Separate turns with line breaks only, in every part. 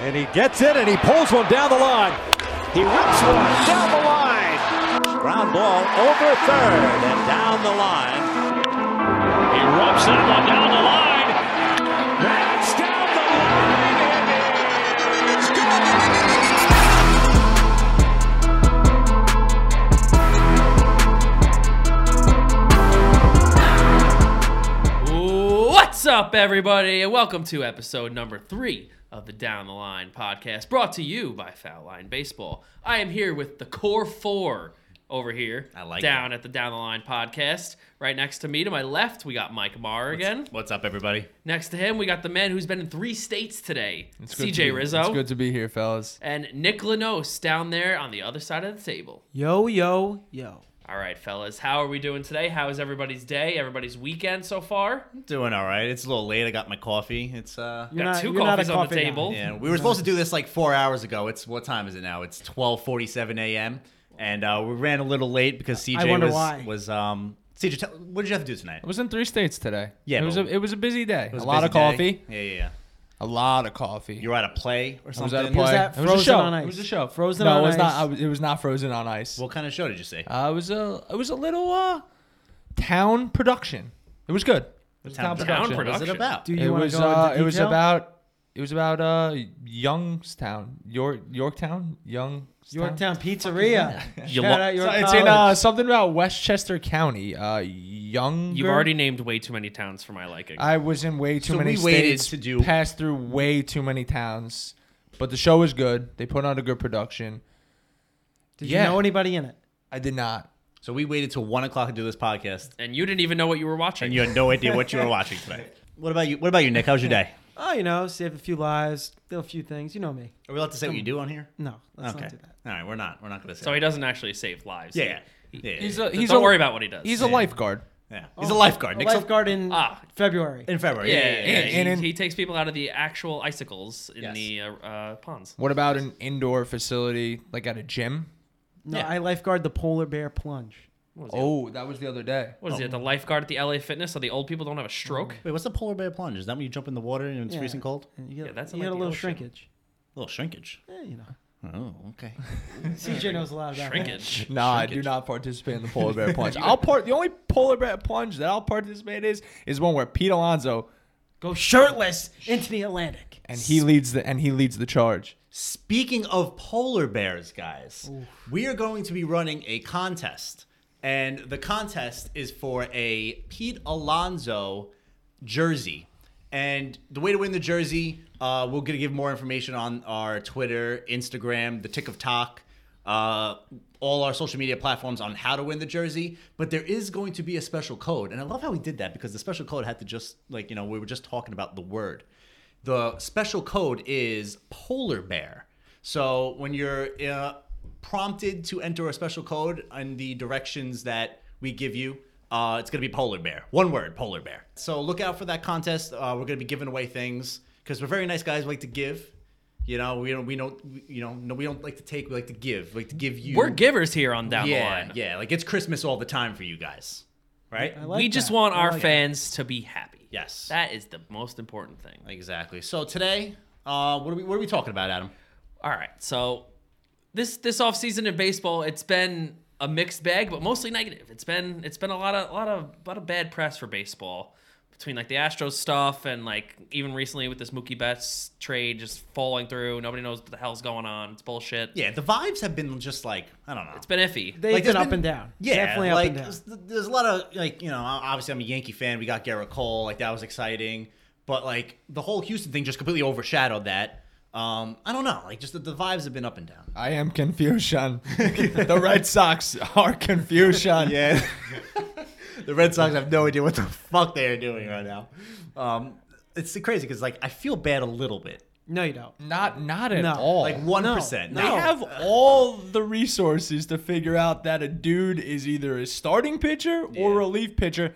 And he gets it and he pulls one down the line. He rips one down the line. Ground ball over third and down the line.
He rubs that one down the line. That's down the line. and it's good.
What's up, everybody, and welcome to episode number three of the Down the Line podcast, brought to you by Foul Line Baseball. I am here with the core four over here. I
like
down at the Down the Line podcast. Right next to me, to my left, we got Mike Marr again.
What's up, everybody?
Next to him, we got the man who's been in three states today,
It's good to
CJ
be-
Rizzo,
It's good to be here, fellas.
and Nick Lanos down there on the other side of the table.
Yo, yo, yo.
All right, fellas, how are we doing today? How is everybody's day? Everybody's weekend so far?
Doing all right. It's a little late. I got my coffee. It's uh,
got
not-
two
you're not a
coffees on the
coffee guy.
table.
yeah. We were supposed to do this like four hours ago. It's what time is it now? It's twelve forty-seven a.m. And uh, we ran a little late because CJ
wonder
was
why.
was um CJ. Tell, what did you have to do tonight?
I was in three states today.
Yeah,
it was
but-
a it was a busy day.
It was
a lot
busy
of coffee.
day. Yeah, yeah, yeah.
A lot of coffee.
You were at a play or
I was
something.
at a
He was
play.
at
it was a
Frozen
show.
on
It was a
Ice.
show.
Frozen
no,
on
it was not.
Ice.
I was, it was not frozen on ice.
What kind of show did you see?
uh, it was a it was a little uh, town production. It was good. It was
town What
Town
was it
production.
about?
Do
It
you want to
was
go into
uh,
detail?
it was about it was about uh Youngstown, York Yorktown, Youngstown.
Yorktown Oh. Pizzeria.
You
Shout
lo-
out York
So it's
College.
in uh, something about Westchester County. Uh, Young.
You've already named way too many towns for my liking.
I was in way too
So
many
we waited
states.
to do-
passed through way too many towns, but the show was good. They put on a good production.
Did
yeah.
you know anybody in it?
I did not.
So we waited till one o'clock to do this podcast,
and you didn't even know what you were watching.
and you had no idea what you were watching today. What about you? What about you, Nick? How's your day?
Oh, you know, save a few lives, do a few things. You know me.
Are we allowed to say what you do on here?
No, let's
okay.
not do that.
All right, we're not. We're not going to say.
so
that.
he doesn't actually save lives.
Yeah, yeah.
He-
yeah. yeah.
He's a
he-
he's
don't
a,
worry about what he does.
He's a lifeguard.
Yeah. He's a lifeguard.
A
Nick's a-
lifeguard in
Ah.
February.
in February.
yeah, yeah, yeah.
and- and
he,
in-
he takes people out of the actual icicles in
Yes.
the uh, uh, ponds.
What about an indoor facility like at a gym?
no,
yeah.
I lifeguard the polar bear plunge.
Oh, that was the other day.
What is it? The lifeguard at the LA Fitness? So the old people don't have a stroke?
Wait, what's the polar bear plunge? Is that when you jump in the water and it's
Yeah.
freezing cold?
And you get,
Yeah, that's
you
in,
get
like,
a
the
little
ocean.
shrinkage.
A little shrinkage.
Yeah, you know.
Oh, okay.
CJ knows a lot about that.
Shrinkage.
No, I do not participate in the polar bear plunge. I'll part the only polar bear plunge that I'll participate is is one where Pete Alonso
Go shirtless into the Atlantic.
and he leads the and he leads the charge.
Speaking of polar bears, guys, we are going to be running a contest. And the contest is for a Pete Alonzo jersey. And the way to win the jersey, uh, we're going to give more information on our Twitter, Instagram, the Tick of Talk, uh, all our social media platforms on how to win the jersey. But there is going to be a special code. And I love how we did that because the special code had to just, like, you know, we were just talking about the word. The special code is polar bear. So when you're uh, prompted to enter a special code in the directions that we give you, uh, it's going to be polar bear. One word, polar bear. So look out for that contest. Uh, we're going to be giving away things because we're very nice guys. We like to give. You know, we don't, we don't, we- you know, no, we don't like to take. We like to give. We like to give you.
We're givers here on Down
Yeah,
the Line.
yeah. Like it's Christmas all the time for you guys, right?
I like
we just
that.
want
I
our
like
fans to be happy.
Yes.
That is the most important thing.
Exactly. So today, uh, what are we, what are we talking about, Adam?
All right. So this this offseason in baseball, it's been a mixed bag, but mostly negative. It's been it's been a lot of a lot of a lot of bad press for baseball between like the Astros stuff and like even recently with this Mookie Betts trade just falling through. Nobody knows what the hell's going on. It's bullshit.
Yeah, the vibes have been just like I don't know.
It's been iffy.
They've
Like, there's
been up
been-
and down.
Yeah,
Definitely
like,
up and down.
there's- There's a lot of like you know. Obviously, I'm a Yankee fan. We got Garrett Cole. Like that was exciting, but like the whole Houston thing just completely overshadowed that. Um, I don't know. Like just the, the vibes have been up and down.
I am confusion. the Red Sox are confusion.
Yeah. the Red Sox have no idea what the fuck they are doing right now. Um, it's crazy because like I feel bad a little bit.
No, you don't.
Not not at
No.
all.
Like one percent.
they have all the resources to figure out that a dude is either a starting pitcher or
Yeah.
relief pitcher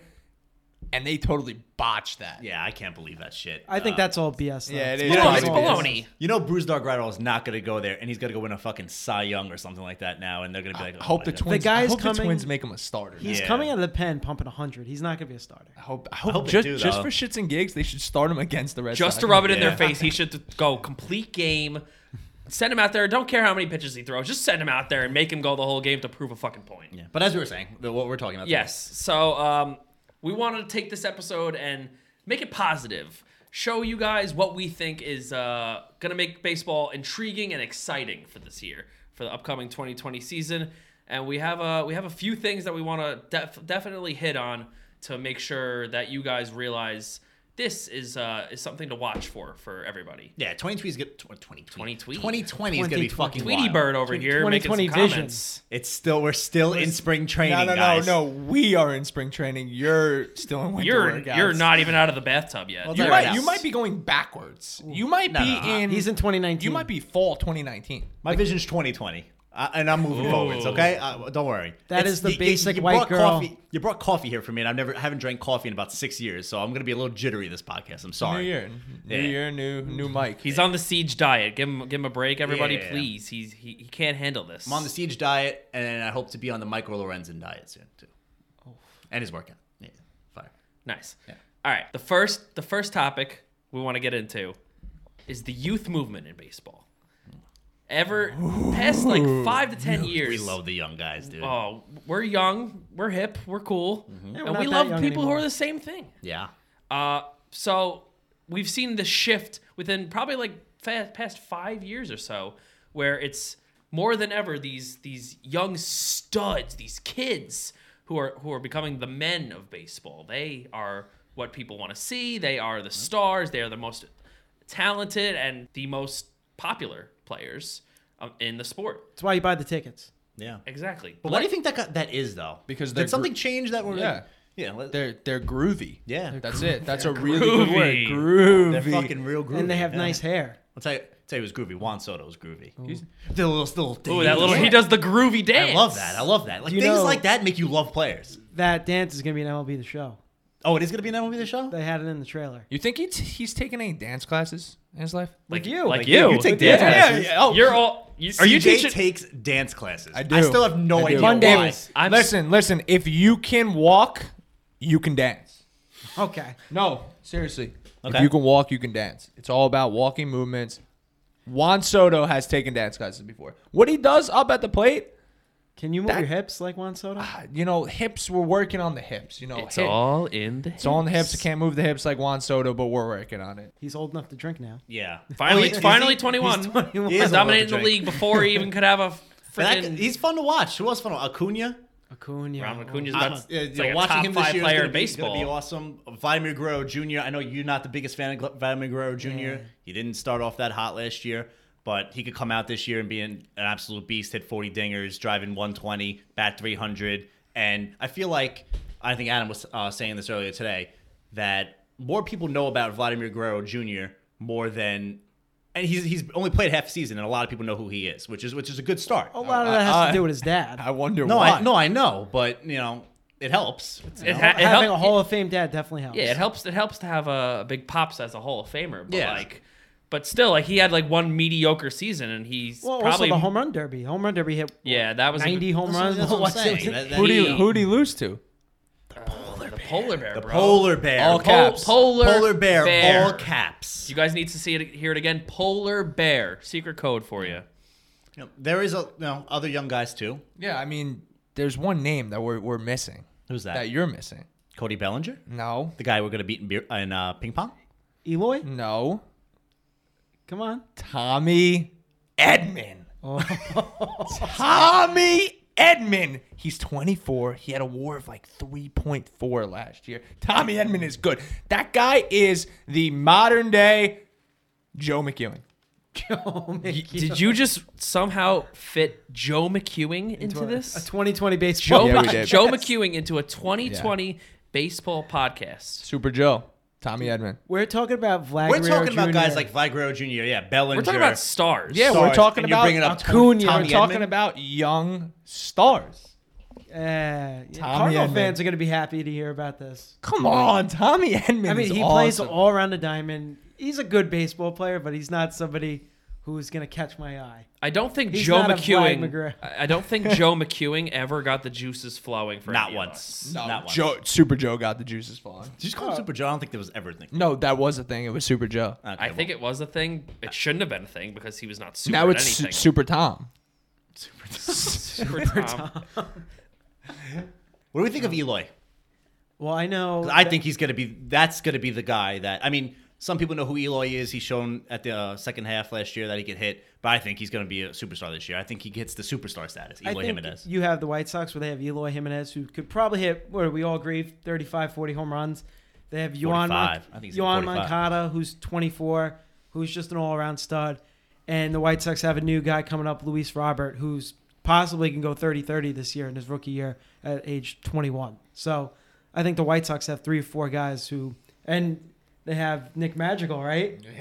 and they totally botched that.
Yeah, I can't believe that shit.
I think
Uh,
that's all BS. Though.
Yeah, it
It's
is.
bull-
Yeah,
Baloney,
it's all-
baloney.
You know, Bruce Dark Rider is not going to go there, and he's going to go win a fucking Cy Young or something like that now, and they're going to be like, oh
I hope the
twenty.
twins.
guy
I
is
hope the
coming-
twins make him a starter.
He's
Yeah.
coming out of the pen pumping 100. He's not going to be a starter.
I hope. I hope,
hope they
just,
do,
just
though.
for shits and gigs, they should start him against the Red
Just
Sox.
to rub it in
Yeah.
their face, he should th- go complete game. Send him out there. Don't care how many pitches he throws. Just send him out there and make him go the whole game to prove a fucking point.
Yeah. But as we were saying, the- what we're talking about. today.
Yes. So um, we wanted to take this episode and make it positive. Show you guys what we think is uh, going to make baseball intriguing and exciting for this year, for the upcoming 2020 season. And we have a we have a few things that we want to def- definitely hit on to make sure that you guys realize this is uh, is something to watch for for everybody.
Yeah, 2020 is good. 2020.
2020.
2020 is going to be
2020.
fucking
Tweety
wild.
Bird over here making some
2020
comments.
It's still we're still in spring training,
No, no, no,
guys.
no. We are in spring training. You're still in winter
You're
workouts.
you're not even out of the bathtub yet.
Well,
You
Fair
might,
enough.
you might be going backwards. You might
No,
be
no, I-
in.
He's in 2019.
Mm. You might be fall 2019.
My vision's 2020, uh, and I'm moving
Ooh.
forwards. Okay, uh, don't worry.
That is the
you- you-
basic
you
white
brought
girl.
Coffee, you brought coffee here for me, and I've never I haven't drank coffee in about six years, so I'm going to be a little jittery this podcast. I'm
New
sorry.
year, new
Yeah.
year, new new Mike.
He's on the siege diet. Give him give him a break, everybody,
Yeah.
please. He's he, he can't handle this.
I'm on the siege diet, and I hope to be on the Michael Lorenzen diet soon too. And his workout. Yeah, fire.
nice. All right. The first the first topic we want to get into is the youth movement in baseball. Ever past like five to ten years.
We love the young guys, dude.
Oh, we're young, we're hip, we're cool, and
Mm-hmm.
we're not
we
that
love
young
people who
anymore.
are the same thing.
Yeah.
Uh, so we've seen the shift within probably like fa- past five years or so, where it's more than ever these these young studs, these kids who are who are becoming the men of baseball. They are what people want to see. They are
Mm-hmm.
the stars. They are the most talented and the most popular players um, in the sport.
That's why you buy the tickets.
Yeah.
Exactly.
But why do you think that got, that is though?
Because they're
did something change that we're
Yeah.
like, yeah, let,
They're they're groovy.
yeah,
That's it. That's a really good word.
groovy.
Groovy.
they're fucking real groovy,
And they have
yeah.
nice hair.
I'll tell you, tell you, it was groovy. Juan Soto was groovy. The little, still.
Ooh, that little he does the groovy dance.
I love that. I love that. Like
Do you
things
know-
like that make you love players.
That dance is going to be an MLB the show.
Oh, it is gonna be an MLB the show.
They had it in the trailer.
You think he's he's taking any dance classes in his life?
Like
you. Like
Like you.
you take
Yeah,
dance classes.
yeah, yeah. Oh,
You're all. You, are you
CJ
teaching?
takes dance classes.
I do.
I still have no
I do.
idea
Mondays.
why.
I'm
listen, listen. If you can walk, you can dance.
Okay.
No, seriously. If
Okay.
you can walk, you can dance. It's all about walking movements. Juan Soto has taken dance classes before. What he does up at the plate,
Can you move
That- Ah.
your hips like Juan Soto?
you know, hips. We're working on the hips. You know,
It's
hip-
all in the.
Oh, It's all on the hips. I can't move the hips like Juan Soto, but we're working on it.
He's old enough to drink now.
Yeah,
Finally,
Is he-
finally,
is he-
21.
He's 21.
He
He's
is a
dominating the
little
league before he even could have a
But that-
freaking.
he's fun to watch. Who else fun? to Acuna.
Acuna.
Ronald Acuna's
I
about
don't-
to-
yeah,
Uh-huh. it's
yeah,
like a
watching
top
him this
five
year is
player
gonna
in
be- gonna be
baseball.
awesome. Vladimir Guerrero Jr. I know you're not the biggest fan of Gl- Vladimir Guerrero Jr. He didn't start off that hot last year, but he could come out this year and be an, an absolute beast. Hit 40 dingers, driving 120, bat 300, and I feel like I think Adam was uh, saying this earlier today that more people know about Vladimir Guerrero Jr. more than. And he's, he's only played half a season, and a lot of people know who he is, which is which is a good start.
A
Oh,
lot of that has
I-
to do with his dad.
I wonder
no,
why.
I, no, I know, but you know, it helps.
It, ha- it
Having
help-
a Hall of Fame dad definitely helps.
yeah, it helps. It helps to have a big pops as a Hall of Famer. But
Yeah.
like, but still, like he had like one mediocre season, and he's
Well,
probably
also the home run derby. Home run derby hit
Yeah, that was a
90
good-
home runs.
That's what I'm saying. That- that-
Who do you
He-
who do you lose to?
the polar bear,
The
bro.
polar bear.
All
Pol-
caps.
Polar,
Polar bear,
bear.
All caps.
You guys need to see it, hear it again. Polar bear. Secret code for you.
You know, there is a you know, other young guys too.
Yeah, I mean, there's one name that we're we're missing.
Who's that?
That you're missing.
Cody Bellinger,
No,
the guy we're gonna beat in, beer, in uh, ping pong.
Eloy,
no,
come on.
Tommy Edman. Tommy Edman. He's 24. He had a WAR of like 3.4 last year. Tommy Edman is good. That guy is the modern day Joe McEwen.
Joe McEwen.
Did you just somehow fit Joe McEwing into,
A
this?
2020
Joe,
baseball.
Yeah, we
Mc-
did.
Joe McEwing into a 2020 baseball podcast.
Super Joe. Tommy Edman.
We're talking about Vlad.
We're
Guerrero
talking about guys
Jr..
like Vlad Guerrero Jr. Yeah, Bellinger.
We're talking about stars.
Yeah,
Stars,
we're talking
and you're
about
bringing up
Acuna.
Tommy
we're talking
Edman?
about young stars.
Eh, yeah,
Tommy
Cardinal
Edman.
fans are going to be happy to hear about this.
Come on, Tommy Edman.
I mean,
is
he plays
awesome.
all around the diamond. He's a good baseball player, but he's not somebody who's going to catch my eye.
I don't think
He's
Joe
not a Vlad
McEwing.
McGrath.
I I don't think Joe McEwing ever got the juices flowing for
Not
any of us.
once.
No,
Not once.
Joe, Super Joe got the juices flowing.
Did you just call him Super Joe? I don't think there was ever a thing.
No, that was a thing. It was Super Joe.
Okay,
Uh, I think it was a thing. It shouldn't have been a thing because he was not super
now
at
it's su-
anything. Um,
Super Tom.
super Tom.
What do we think of Eloy?
Well, I know.
I think he's gonna be. That's gonna be the guy that. I mean, some people know who Eloy is. He's shown at the uh, second half last year that he could hit, but I think he's gonna be a superstar this year. I think he gets the superstar status.
I
Eloy
think
Jimenez.
You have the White Sox where they have Eloy Jimenez, who could probably hit, where we all agree, 35, 40 home runs. They have Yohan, Mon-
45. I think he's hit
Yohan
45.
Moncada, who's 24, who's just an all around stud. And the White Sox have a new guy coming up, Luis Robert, who's possibly can go 30 30 this year in his rookie year at age 21. So I think the White Sox have three or four guys who, and they have Nick Magical, right?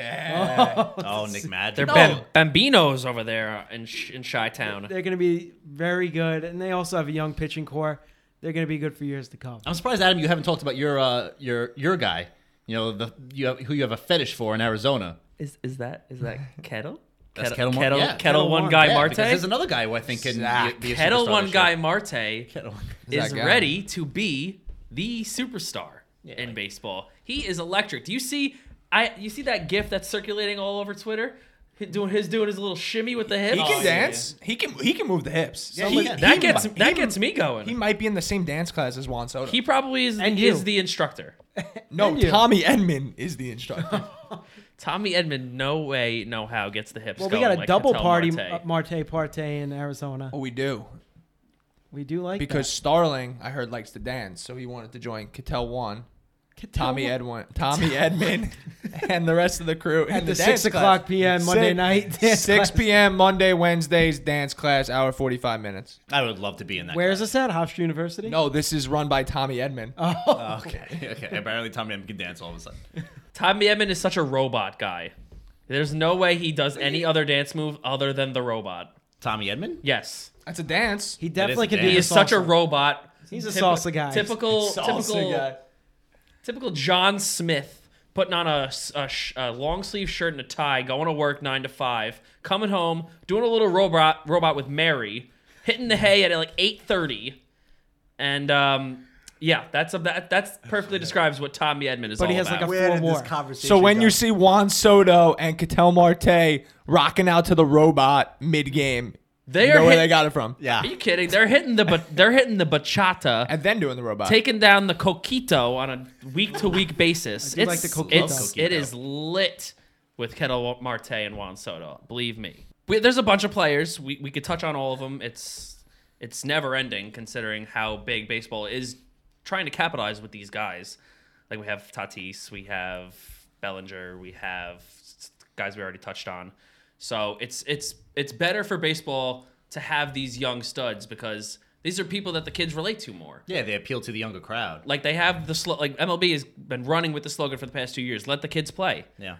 Oh, Nick Madden.
They're Bam- Bambinos over there in Sh- in Chi Town.
They're going to be very good. And they also have a young pitching core. They're going to be good for years to come.
I'm surprised, Adam, you haven't talked about your uh, your your guy. You know, the you have, who you have a fetish for in Arizona.
Is is that is that kettle?
That's Kettle
kettle
Mar-
kettle,
yeah,
kettle,
Kettle
one
One.
guy
Yeah, because There's
Marte.
another guy who I think can
Zach.
be, be a
Kettle
superstar
one
this
guy
year.
Marte
Kettle one.
is
that guy.
ready to be the superstar in baseball. He is electric. Do you see? I you see that gif that's circulating all over Twitter? Hi- Doing his doing his little shimmy with the hip.
He
Oh,
can
yeah.
dance. He can he can move the hips.
Yeah,
he,
he can.
That
he
gets
might-
that
he-
gets me going.
He
He,
might be in the same dance class as Juan Soto.
probably is
And
is
you.
the instructor.
no,
you.
Tommy Edman is the instructor.
Tommy Edmond, no way, no how gets the hips.
Well, we
going
got a
like
double
Ketel
party
Marte.
uh, Marte Partey in Arizona.
oh, we do
We do like
because Starling, I heard, likes to dance, so he wanted to join Cattell One. Tommy Edwin, Tommy Edman, and the rest of the crew at
the 6 o'clock p.m. Monday night dance class.
six p.m. Monday, Wednesdays dance class, hour forty-five minutes.
I would love to be in that.
That. Where's this at? Hofstra University.
No, Uh, this is run by Tommy Edman.
Oh.
class. Okay, okay. Apparently, Tom Nam can dance all of a sudden.
Tommy Edmond is such a robot guy. There's no way he does any other dance move other than the robot.
Tommy Edmond.
Yes.
That's a dance.
he definitely
is
can
a
do.
dance.
He
the
is such a
salsa.
robot.
He's a
Typ-
salsa guy.
Typical,
Salsa
typical,
guy.
typical John Smith putting on a, s- a sh- a long sleeve shirt and a tie, going to work nine to five, coming home, doing a little robot robot with Mary, hitting the hay at like eight thirty, and um, yeah, that's a, that that's perfectly describes what Tommy Edmond is.
But
all
he has
about.
like a full war.
conversation?
So when you see Juan Soto and Cattell Marte rocking out to the robot mid-game,
They
you
are
know where
hit-
they got it from. Yeah.
Are you kidding? They're hitting the but they're hitting the bachata.
And then doing the robot.
taking down the coquito on a week to week basis.
do
It's,
like the coquito.
it's-
Coquito.
it is lit with Kettle Marte and Juan Soto. Believe me. We, there's a bunch of players. We, we could touch on all of them. It's it's never ending considering how big baseball is trying to capitalize with these guys. Like we have Tatis, we have Bellinger, we have s- guys we already touched on. So it's it's it's better for baseball to have these young studs because these are people that the kids relate to more.
Yeah, they appeal to the younger crowd.
Like they have the slo- like MLB has been running with the slogan for the past two years. Let the kids play.
Yeah.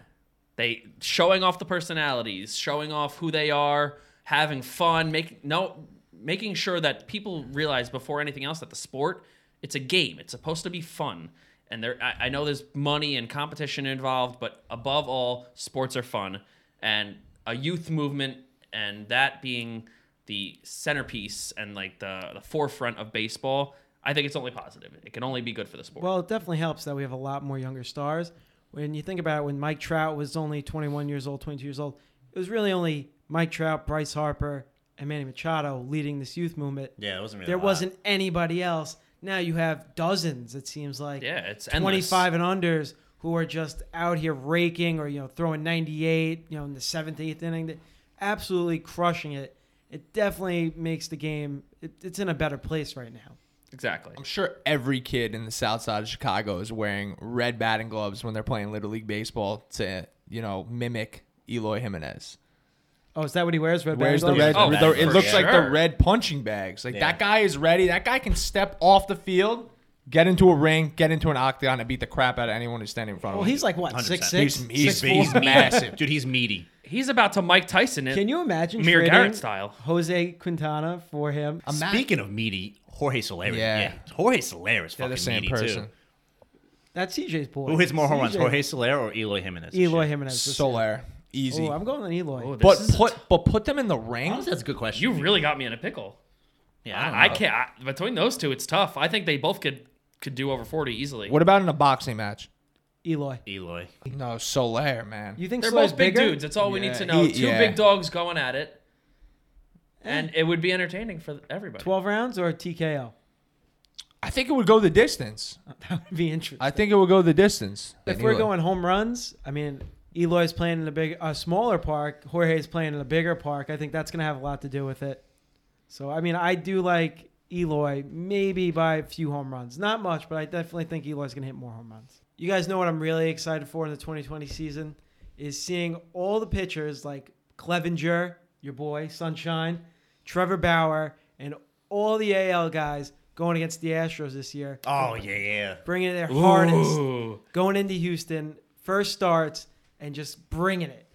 They showing off the personalities, showing off who they are, having fun, making no making sure that people realize before anything else that the sport it's a game. It's supposed to be fun. And there, I, I know there's money and competition involved, but above all, sports are fun. And a youth movement, and that being the centerpiece and like the, the forefront of baseball, I think it's only positive. It can only be good for the sport.
Well, it definitely helps that we have a lot more younger stars. When you think about it, when Mike Trout was only 21 years old, 22 years old, it was really only Mike Trout, Bryce Harper, and Manny Machado leading this youth movement.
Yeah, it wasn't really.
there
a lot.
wasn't anybody else. Now you have dozens. It seems like
Yeah, it's endless.
25 and unders who are just out here raking or you know throwing 98, you know in the seventh, eighth inning, They- absolutely crushing it. It definitely makes the game. It, it's in a better place right now.
exactly.
I'm sure every kid in the South Side of Chicago is wearing red batting gloves when they're playing Little League Baseball to, you know, mimic Eloy Jimenez.
Oh, is that what he wears? Red
Where's the
band
red?
gloves?
Oh,
the-
that
it
for
looks like the
sure.
red punching bags. Like
Yeah.
that guy is ready. That guy can step off the field, get into a ring, get into an octagon, and beat the crap out of anyone who's standing in front
Well,
of him.
Oh, he's like what
100%.
six
he's
six.
he's,
He's,
he's massive.
dude. He's meaty.
He's about to Mike Tyson it.
Can you imagine
Amir
trading
Garrett style.
Um,
Jose Quintana for him?
Speaking of meaty, Jorge Soler.
Yeah.
Yeah. Jorge Soler is
They're
fucking
the same
meaty,
person.
too.
That's CJ's boy.
Who hits more home runs,
CJ
Jorge Soler or Eloy Jimenez?
Eloy
Shit.
Jimenez. this year.
Soler, easy.
Oh, I'm going with Eloy.
Oh, this
but
is a
put
t-
but put them in the ring.
Honestly, that's a good question.
you really got me in a pickle.
yeah, I, don't
I, I
know.
can't. I, between those two, it's tough. I think they both could could do over forty easily.
What about in a boxing match?
Eloy.
Eloy.
No, Soler, man.
You think
They're
Soler's
both big
bigger?
dudes. That's all we
Yeah,
need to know.
he-
Two
yeah. Eh.
big dogs going at it, and it would be entertaining for everybody.
Twelve rounds or TKO?
I think it would go the distance.
That would be interesting.
I think it would go the distance.
if
Anyway.
we're going home runs, I mean, Eloy's playing in a big, a smaller park. Jorge's playing in a bigger park. I think that's going to have a lot to do with it. So, I mean, I do like Eloy maybe by a few home runs. Not much, but I definitely think Eloy's going to hit more home runs. You guys know what I'm really excited for in the 2020 season is seeing all the pitchers like Clevenger, your boy, Sunshine, Trevor Bauer, and all the AL guys going against the Astros this year
Oh, yeah, yeah.
bringing it their hardest,
Ooh.
going into Houston, first starts, and just bringing it.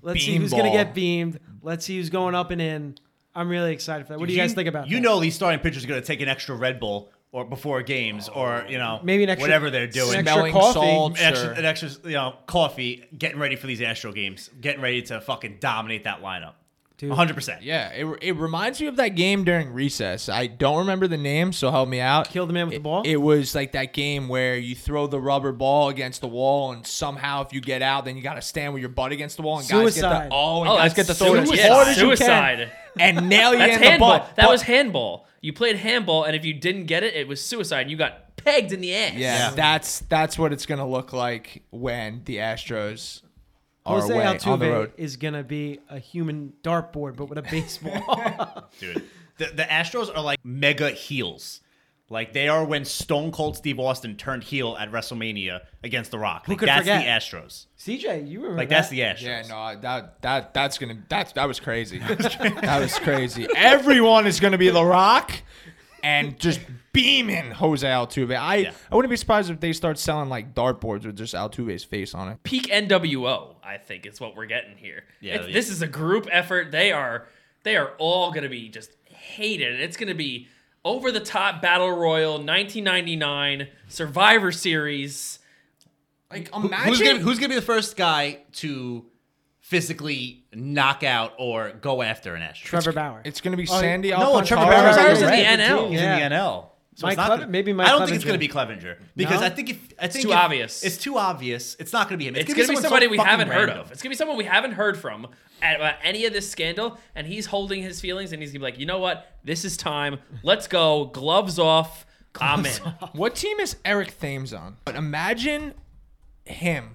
Let's see who's
Beanball.
going to get beamed. Let's see who's going up and in. I'm really excited for that. What do you, guys think about
You
that?
know these starting pitchers are going to take an extra Red Bull or before games or, you know,
Maybe an extra-
whatever they're doing.
an extra
smelling
coffee,
salts
An extra, an
or
extra, you know, coffee, getting ready for these Astro games, getting ready to fucking dominate that lineup.
Dude.
100%.
yeah, it, it reminds me of that game during recess. I don't remember the name, so help me out.
Kill the man with the
It-
ball?
It was like that game where you throw the rubber ball against the wall, and somehow if you get out, then you got to stand with your butt against the wall. And guys
Suicide.
get the oh, and
Oh,
guys
that's
get the throw it as
suicide.
hard as you
Suicide.
can and nail you
That's
in the
handball.
butt.
that
But-
was handball. You played handball, and if you didn't get it, it was suicide. and You got pegged in the ass.
Yeah,
Yeah.
that's that's what it's gonna look like when the Astros are
Jose
away on the
Altuve
road.
is going to be a human dartboard, but with a baseball.
dude. The, the Astros are like mega heels. Like they are when Stone Cold Steve Austin turned heel at WrestleMania against The Rock. Like,
could
that's
forget?
the Astros.
CJ, you remember
Like
that.
that's the Astros.
Yeah, no, I- that that that's gonna that's that was crazy. that was crazy. Everyone is gonna be The Rock and just beaming Jose Altuve. I
Yeah.
I wouldn't be surprised if they start selling like dartboards with just Altuve's face on it.
Peak NWO, I think, is what we're getting here.
Yeah,
It's-
yeah.
this is a group effort. They are they are all going to be just hated, and it's going to be over the top battle royal, 1999 Survivor Series.
Like
Who's gonna, who's gonna be the first guy to physically knock out or go after an Astro?
Trevor Bauer.
it's gonna be
yeah.
Sandy.
No,
Alcantara.
Trevor Bauer's
Bauer's
in the
right.
NL.
He's
Yeah.
in the NL. So
Mike
it's not
Clev-
gonna-
maybe Mike
I don't think it's
Clevenger.
gonna be Clevenger because
No?
I think if I think
too
if-
obvious.
It's too obvious. It's not gonna be him.
It's,
gonna
going to be
someone so
somebody we
fucking
haven't heard
random.
of. It's going to be someone we haven't heard from at uh, any of this scandal, and he's holding his feelings, and he's going to be like, you know what? This is time. Let's go. Gloves off. Amen.
What team is Eric Thames on? But imagine him,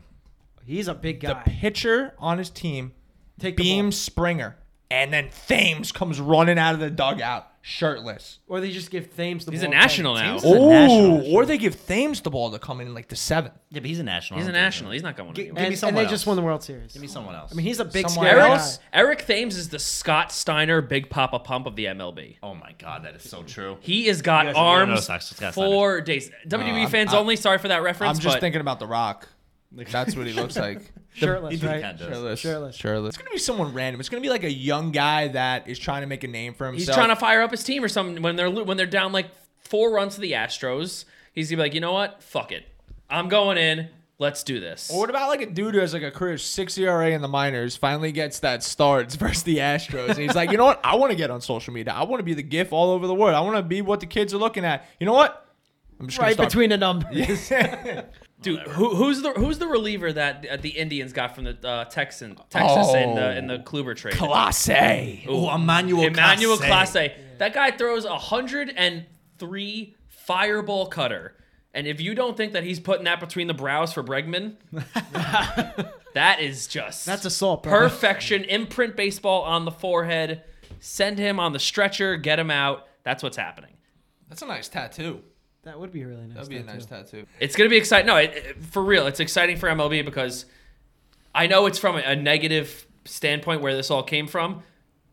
He's a big
the
guy.
pitcher on his team,
Take the
Beam Springer, and then Thames comes running out of the dugout shirtless.
ball. Or they just give Thames the
He's a
ball.
national now.
He's a national.
or they give Thames the ball to come in like the seventh.
Yeah, but he's a national.
He's
I
a
don't think
national. He's not going anywhere.
Give me
And, and
someone
they
else.
just won the World Series.
Give me someone else.
I mean, he's a big,
Someone
scary
else?
guy.
Eric Thames is the Scott Steiner Big Papa Pump of the MLB.
oh my god, that is so true.
He has
You
got
guys- you don't know
arms
Scott- Scott Steiner.
for days. WWE
Uh, I'm-
fans
I'm-
only. Sorry for that reference.
I'm just
but
thinking about The Rock. That's what he looks like.
Shirtless,
He
right?
kinda does.
Shirtless.
Shirtless.
It's gonna be someone random. It's gonna be like a young guy that is trying to make a name for
he's
himself.
trying to fire up his team or something when they're lo- when they're down like four runs to the Astros. He's gonna be like, you know what? Fuck it. I'm going in. Let's do this.
Or what about like a dude who has like a career six ERA in the minors, finally gets that starts versus the Astros, and he's like, you know what? I want to get on social media. I want to be the GIF all over the world. I want to be what the kids are looking at. You know what? I'm just gonna
Right
start-
between the numbers.
Dude, who, who's the who's the reliever that uh, the Indians got from the uh, Texan Texas in
Oh.
the in the Kluber trade?
Classe.
Oh, Emmanuel
Emmanuel Clase. That guy throws 103 fireball cutter. And if you don't think that he's putting that between the brows for Bregman, that is just
That's assault, bro.
perfection. Imprint baseball on the forehead. Send him on the stretcher. Get him out. That's what's happening.
That's a nice tattoo.
That would be a really nice.
That'd be a
tattoo.
nice tattoo.
It's gonna be exciting. No, it, it- for real, it's exciting for MLB because I know it's from a, a negative standpoint where this all came from,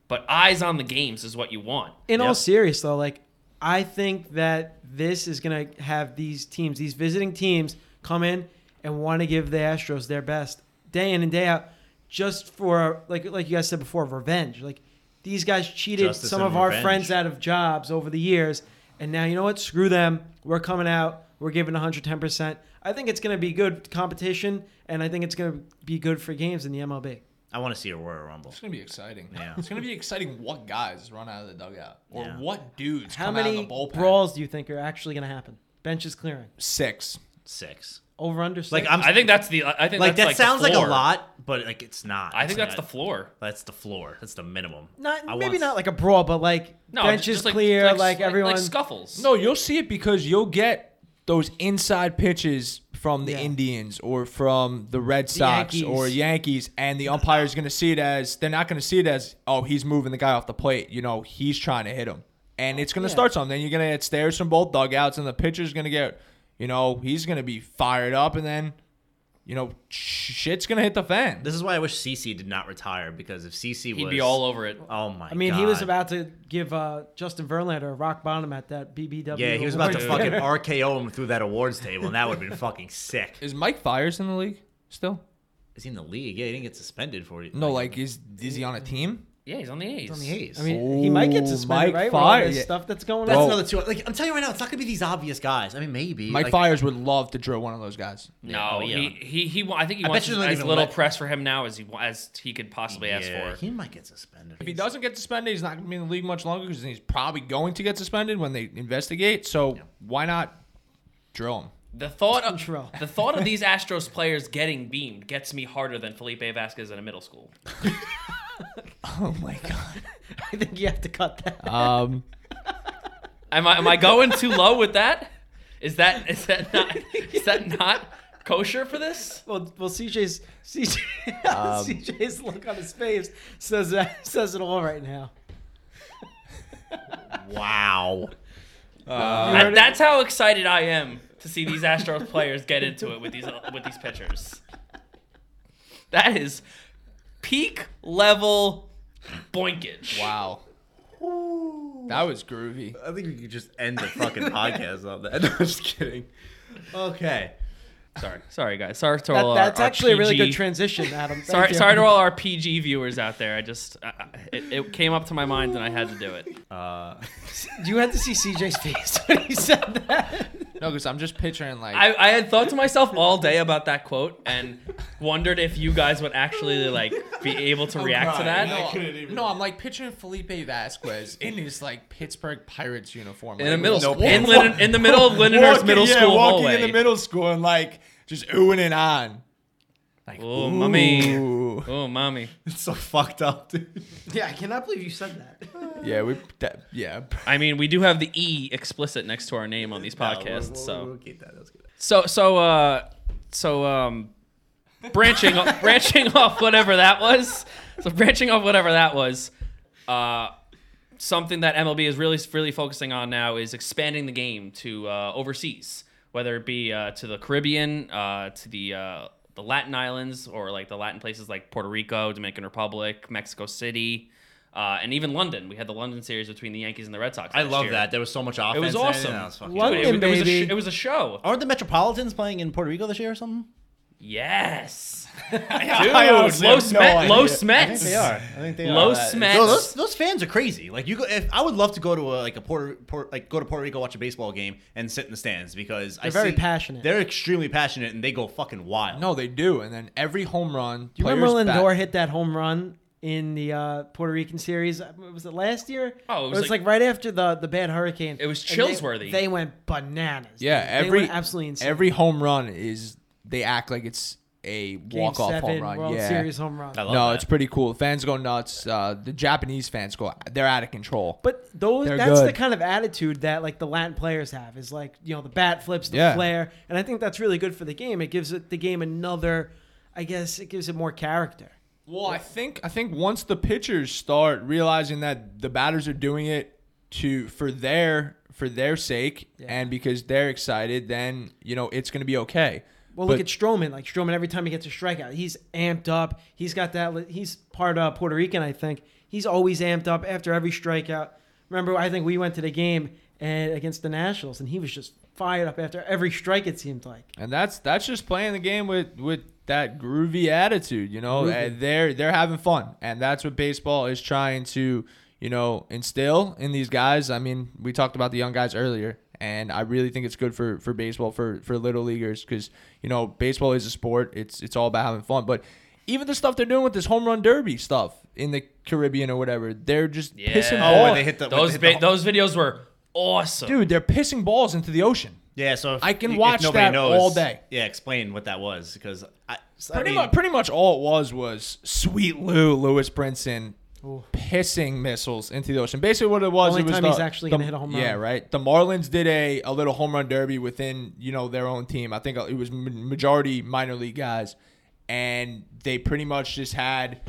but eyes on the games is what you want.
In all
Yep.
serious though, like I think that this is gonna have these teams, these visiting teams, come in and want to give the Astros their best day in and day out, just for like like you guys said before, revenge. Like these guys cheated
Justice
some
and
of our
revenge.
friends out of jobs over the years, And now you know what? Screw them. We're coming out. We're giving 110%. I think it's going to be good competition, and I think it's going to be good for games in the MLB.
I want to see a Royal Rumble.
It's gonna be exciting.
Yeah.
It's gonna be exciting. What guys run out of the dugout, or
Yeah.
what dudes
How
come out
many
of the bullpen?
brawls do you think are actually going to happen? Benches clearing.
Six.
Six.
Over under.
Like
six?
I'm
I think that's the. I think
like
that's
that
like the
sounds like a
floor.
lot, but like it's not.
I think
It's
that's the
not.
floor.
That's the floor. That's the minimum.
not
I
maybe
want-
not like a brawl, but like
No,
benches
just like,
clear, like, everyone.
like scuffles.
No, you'll see it because you'll get those inside pitches from the
Yeah.
Indians or from the Red Sox
Yankees.
or Yankees, and the umpire is gonna see it as they're not gonna see it as oh he's moving the guy off the plate. You know he's trying to hit him, and it's gonna start something. Then you're gonna get stares from both dugouts, and the pitcher's gonna get, you know, he's gonna be fired up, and then, you know, sh- shit's gonna hit the fan.
This is why I wish CC did not retire because if CC
He'd
was
be all over it.
Oh my!
I mean, he was
God.
about to give uh, Justin Verlander a rock bottom at that BBW.
Yeah, he was about to
award.
fucking RKO him through that awards table, and that would have been fucking sick.
Is Mike Fires in the league still?
Is he in the league? Yeah, he didn't get suspended for it.
No, like is is he on a team?
Yeah, he's on the A's.
on the A's.
I mean, he might get
Ooh,
suspended,
Mike
right? with all
Fire-
this
yeah.
stuff that's going
that's
Bro.
on.
another two. Like I'm telling you right now, it's not gonna be these obvious guys. I mean, maybe
Mike
like,
Fires would love to drill one of those guys.
No,
Oh, yeah.
he, he he wa- I think he
I bet
wants
you
as
they don't
as
even
little
let-
press for him now as he wa- as he could possibly
Yeah,
ask for.
he might get suspended.
If he doesn't get suspended, he's not going to be in the league much longer because he's probably going to get suspended when they investigate. So why not drill him?
The thought of
Drill.
the thought of these Astros players getting beamed gets me harder than Felipe Vasquez in a middle school.
Oh my god.
I think you have to cut that.
Um,
Am I am I going too low with that? Is that is that not is that not kosher for this?
well, well, CJ's CJ, CJ's look on his face says that, says it all right now.
Wow.
I- that's how excited I am to see these Astros players get into it with these with these pitchers. That is peak level boinkage.
wow. That was groovy.
I think we could just end the fucking podcast on that. No, I'm just kidding. Okay.
Sorry, sorry guys. Sorry to
That,
all our-
that's
our
actually a really
PG
good transition, Adam. Thank
Sorry,
you.
sorry to all our PG viewers out there. I just I I- it, it came up to my mind and I had to do it.
Uh,
You had to see CJ's face when he said that.
No, because I'm just picturing like
I, I had thought to myself all day about that quote and wondered if you guys would actually like be able to react to that.
No, no, I'm like picturing Felipe Vasquez in his like Pittsburgh Pirates uniform
In
like,
a middle
with no
school, in,
pants.
Linen, in the middle of Lindenhurst
Walking-
Middle
yeah,
School
walking
hallway.
in the middle school and like just oohing and on. Like,
Oh, mommy.
ooh.
Oh, mommy.
It's so fucked up, dude.
Yeah, I cannot believe you said that.
Yeah, we. That, yeah.
I mean, we do have the E explicit next to our name on these podcasts, so.
We'll keep that. That's good.
So so uh so um branching branching off whatever that was. So branching off whatever that was. Uh something that MLB is really really focusing on now is expanding the game to uh, overseas, whether it be uh, to the Caribbean, uh, to the uh, the Latin islands, or like the Latin places like Puerto Rico, Dominican Republic, Mexico City, uh, and even London. We had the London series between the Yankees and the Red Sox.
I
last
love
year.
that. There was so much offense.
was
in
awesome.
That was fucking
Love
great.
It, was- it was a
Baby.
sh- it was a show.
Aren't the Metropolitans playing in Puerto Rico this year or something?
Yes.
I
Dude,
honestly
low,
have no
smet,
idea.
low
I
smets.
I think they
Low
that is-
smets.
No, those, those fans are crazy. Like you, go, if I would love to go to a, like a Puerto, Puerto like go to Puerto Rico watch a baseball game and sit in the stands because I
They're very
see-
passionate.
They're extremely passionate and they go fucking wild.
No, they do. And then every home run,
You remember
players
Lindor
back-
hit that home run in the uh, Puerto Rican series? Uh, Was it last year?
Oh, it was
it was
like-
like, right after the the bad hurricane.
It was
And they-
Chillsworthy.
They, went bananas.
Yeah,
They
every
went absolutely insane.
every home run is they act like it's a
Game
walk off
seven
home run.
World
yeah.
Series home run.
I love
no,
that.
it's pretty cool. Fans go nuts. Uh, the Japanese fans go, they're out of control.
But those
They're
that's the
good.
kind of attitude that like the Latin players have is like, you know, the bat flips, the
Yeah.
flare, and I think that's really good for the game. It gives it the game another I guess it gives it more character.
Well, I think I think once the pitchers start realizing that the batters are doing it to for their for their sake and because they're excited, then you know it's going to be okay.
Well,
But-
look at Stroman. Like Stroman, every time he gets a strikeout, he's amped up. He's got that. li- He's part uh, Puerto Rican, I think. He's always amped up after every strikeout. Remember, I think we went to the game and against the Nationals, and he was just fired up after every strike. It seemed like.
and that's that's just playing the game with with that groovy attitude you know And they're they're having fun and that's what baseball is trying to you know, instill in these guys. I mean, we talked about the young guys earlier, and I really think it's good for for baseball for for little leaguers because you know baseball is a sport. It's it's all about having fun, but even the stuff they're doing with this home run derby stuff in the Caribbean or whatever, they're just
Yeah.
pissing
Oh,
balls.
where they hit the- where
Those
they hit
vi-
the-
those videos were awesome.
Dude, they're pissing balls into the ocean.
Yeah, so if,
I can
if
watch
nobody
that
knows,
all day.
Yeah, explain what that was because I, I
Pretty
mean,
much, pretty much all it was was Sweet Lou Lewis Brinson pissing missiles into the ocean. Basically, what it was,
Only
it was
time
the,
he's actually
the-
gonna hit a home run.
Yeah, right. The Marlins did a, a little home run derby within you know their own team. I think uh, it was ma- majority minor league guys, and they pretty much just had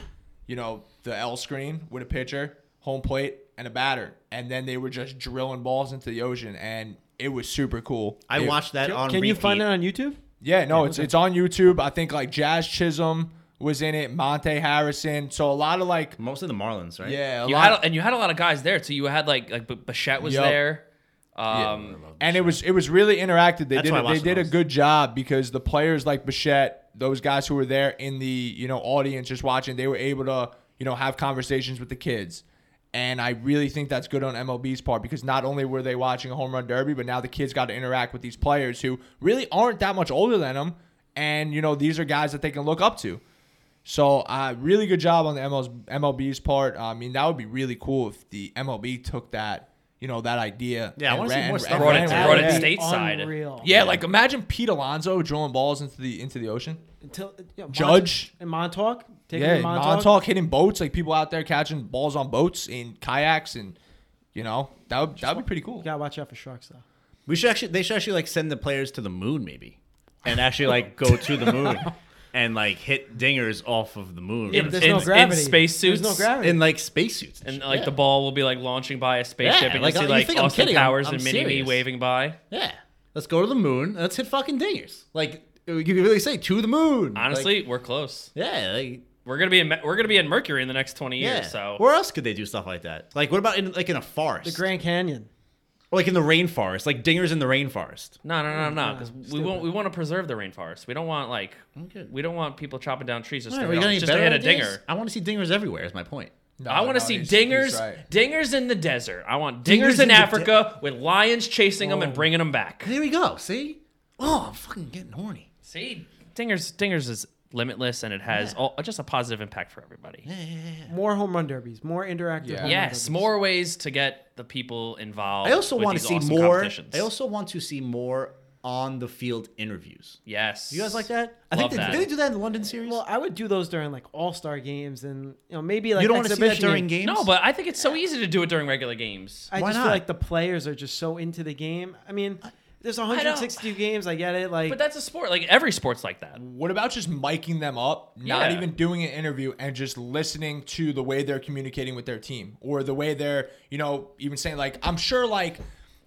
you know the L screen with a pitcher, home plate, and a batter, and then they were just drilling balls into the ocean, and it was super cool.
I
It-
watched that on.
Can you find it
repeat.
on YouTube?
yeah, no, it's it's on YouTube. I think like Jazz Chisholm was in it, Monte Harrison. So a lot of like
Most of the Marlins, right?
yeah, a
you had
lot.
a- and you had a lot of guys there too. You had like like B- Bichette was
Yup.
there. Um,
and it was it was really interactive. They
That's
did
why I
a, they
watched
did a
those.
good job because the players like Bichette, those guys who were there in the you know audience just watching, they were able to you know have conversations with the kids. And I really think that's good on MLB's part because not only were they watching a home run derby, but now the kids got to interact with these players who really aren't that much older than them, and you know these are guys that they can look up to. So, uh, really good job on the ML's, MLB's part. I mean, that would be really cool if the MLB took that, you know, that idea.
Yeah, I
and
wanna see
ran-
more
and
stuff
ran
like
with
that.
it.
Brought it
Yeah.
state- Stateside.
Unreal.
Yeah, like imagine Pete Alonso drilling balls into the into the ocean.
Until, uh, yeah, Mont-
Judge.
and Montauk. Take
yeah,
him to
Montauk.
Montauk.
hitting boats, like people out there catching balls on boats in kayaks, and you know that would that would be pretty cool.
You gotta watch out for sharks though.
we should actually. They should actually like send the players to the moon, maybe, and actually like go to the moon and like hit dingers off of the moon
Yeah, but
in,
But there's
In-
no
in
gravity.
spacesuits
There's no gravity.
in, like spacesuits.
and like the ball will be like launching by a spaceship, and
like,
you
you
see like
think I'm
Austin
kidding, I'm-
Powers
I'm
and Minnie Me
serious.
waving by.
yeah, let's go to the moon. Let's hit fucking dingers. Like you could really say to the moon. Like,
Honestly, we're close.
yeah, like
We're gonna be in, Me- we're gonna be in Mercury in the next twenty years.
yeah.
So
where else could they do stuff like that? Like what about in like in a forest?
the Grand Canyon.
Or, like in the rainforest, like dingers in the rainforest.
no, no, no, no, because we want we want to preserve the rainforest. We don't want like
Okay.
we don't want people chopping down trees just,
All right,
to,
we
hit
got
a-
any
just to
better
hit a
ideas?
dinger.
I want to see dingers everywhere. Is my point.
I want to see dingers, dingers in the desert. I want dingers,
Dingers
in,
in the de- Oh.
Africa with lions chasing them and bringing them back.
There we go. See? Oh, I'm fucking getting horny.
See, dingers, dingers is limitless, and it has all, uh, just a positive impact for everybody.
More home run derbies. More interactive.
Yeah.
Home
Yes,
Run derbies.
more ways to get the people involved.
I also
with
want to
these
see
awesome
more.
competitions.
I also want to see more on the field interviews.
yes,
You guys like that? I think
Love
they,
that.
did they do that in the London series.
Well, I would do those during like All Star games and you know maybe like
you don't want to see that
exhibition
during
games.
games.
No, but I think it's so easy to do it during regular games.
I
Why
just
not?
feel like the players are just so into the game. I mean, there's
don't-
162 games. I get it. Like,
But that's a sport. Like every sport's like that.
What about just miking them up, not
Yeah.
even doing an interview, and just listening to the way they're communicating with their team or the way they're, you know, even saying like, I'm sure like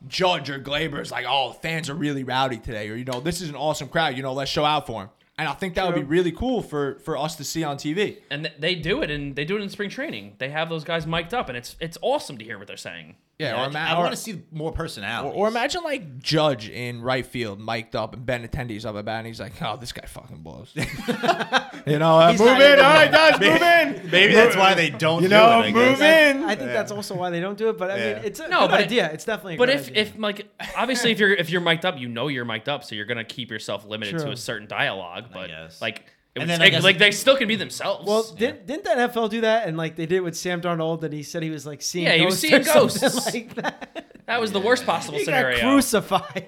Judge or Glaber's like, oh, fans are really rowdy today, or you know, this is an awesome crowd, you know, let's show out for them. And I think that would be really cool for for us to see on TV.
And th- they do it, and they do it in spring training. They have those guys mic'd up, and it's it's awesome to hear what they're saying.
Yeah,
I,
or, ima-
I
or-
want to see more personality.
or imagine like Judge in right field, mic'd up, and Ben attendees up at bat, and he's like, oh, this guy fucking blows. you know, uh, move in, all
not even-
right, guys, move in.
Maybe that's why they don't.
You
do
know,
it, I
move
guess.
in.
I think that's also why they don't do it. But I
Yeah.
mean, it's a
No,
good
but it-
idea. it's definitely. A
But
good
if
idea.
if like obviously if you're if you're mic'd up, you know you're mic'd up, so you're gonna keep yourself limited to
True.
a certain dialogue. But
guess.
like, it
And
was,
then I
it-
guess-
like they still can be themselves.
well, didn't, didn't that NFL do that? And like they did it with Sam Darnold, and he said he was like seeing.
Yeah, he was
ghosts
seeing
or something
ghosts.
Like that.
that was the worst possible
He got
scenario.
crucified.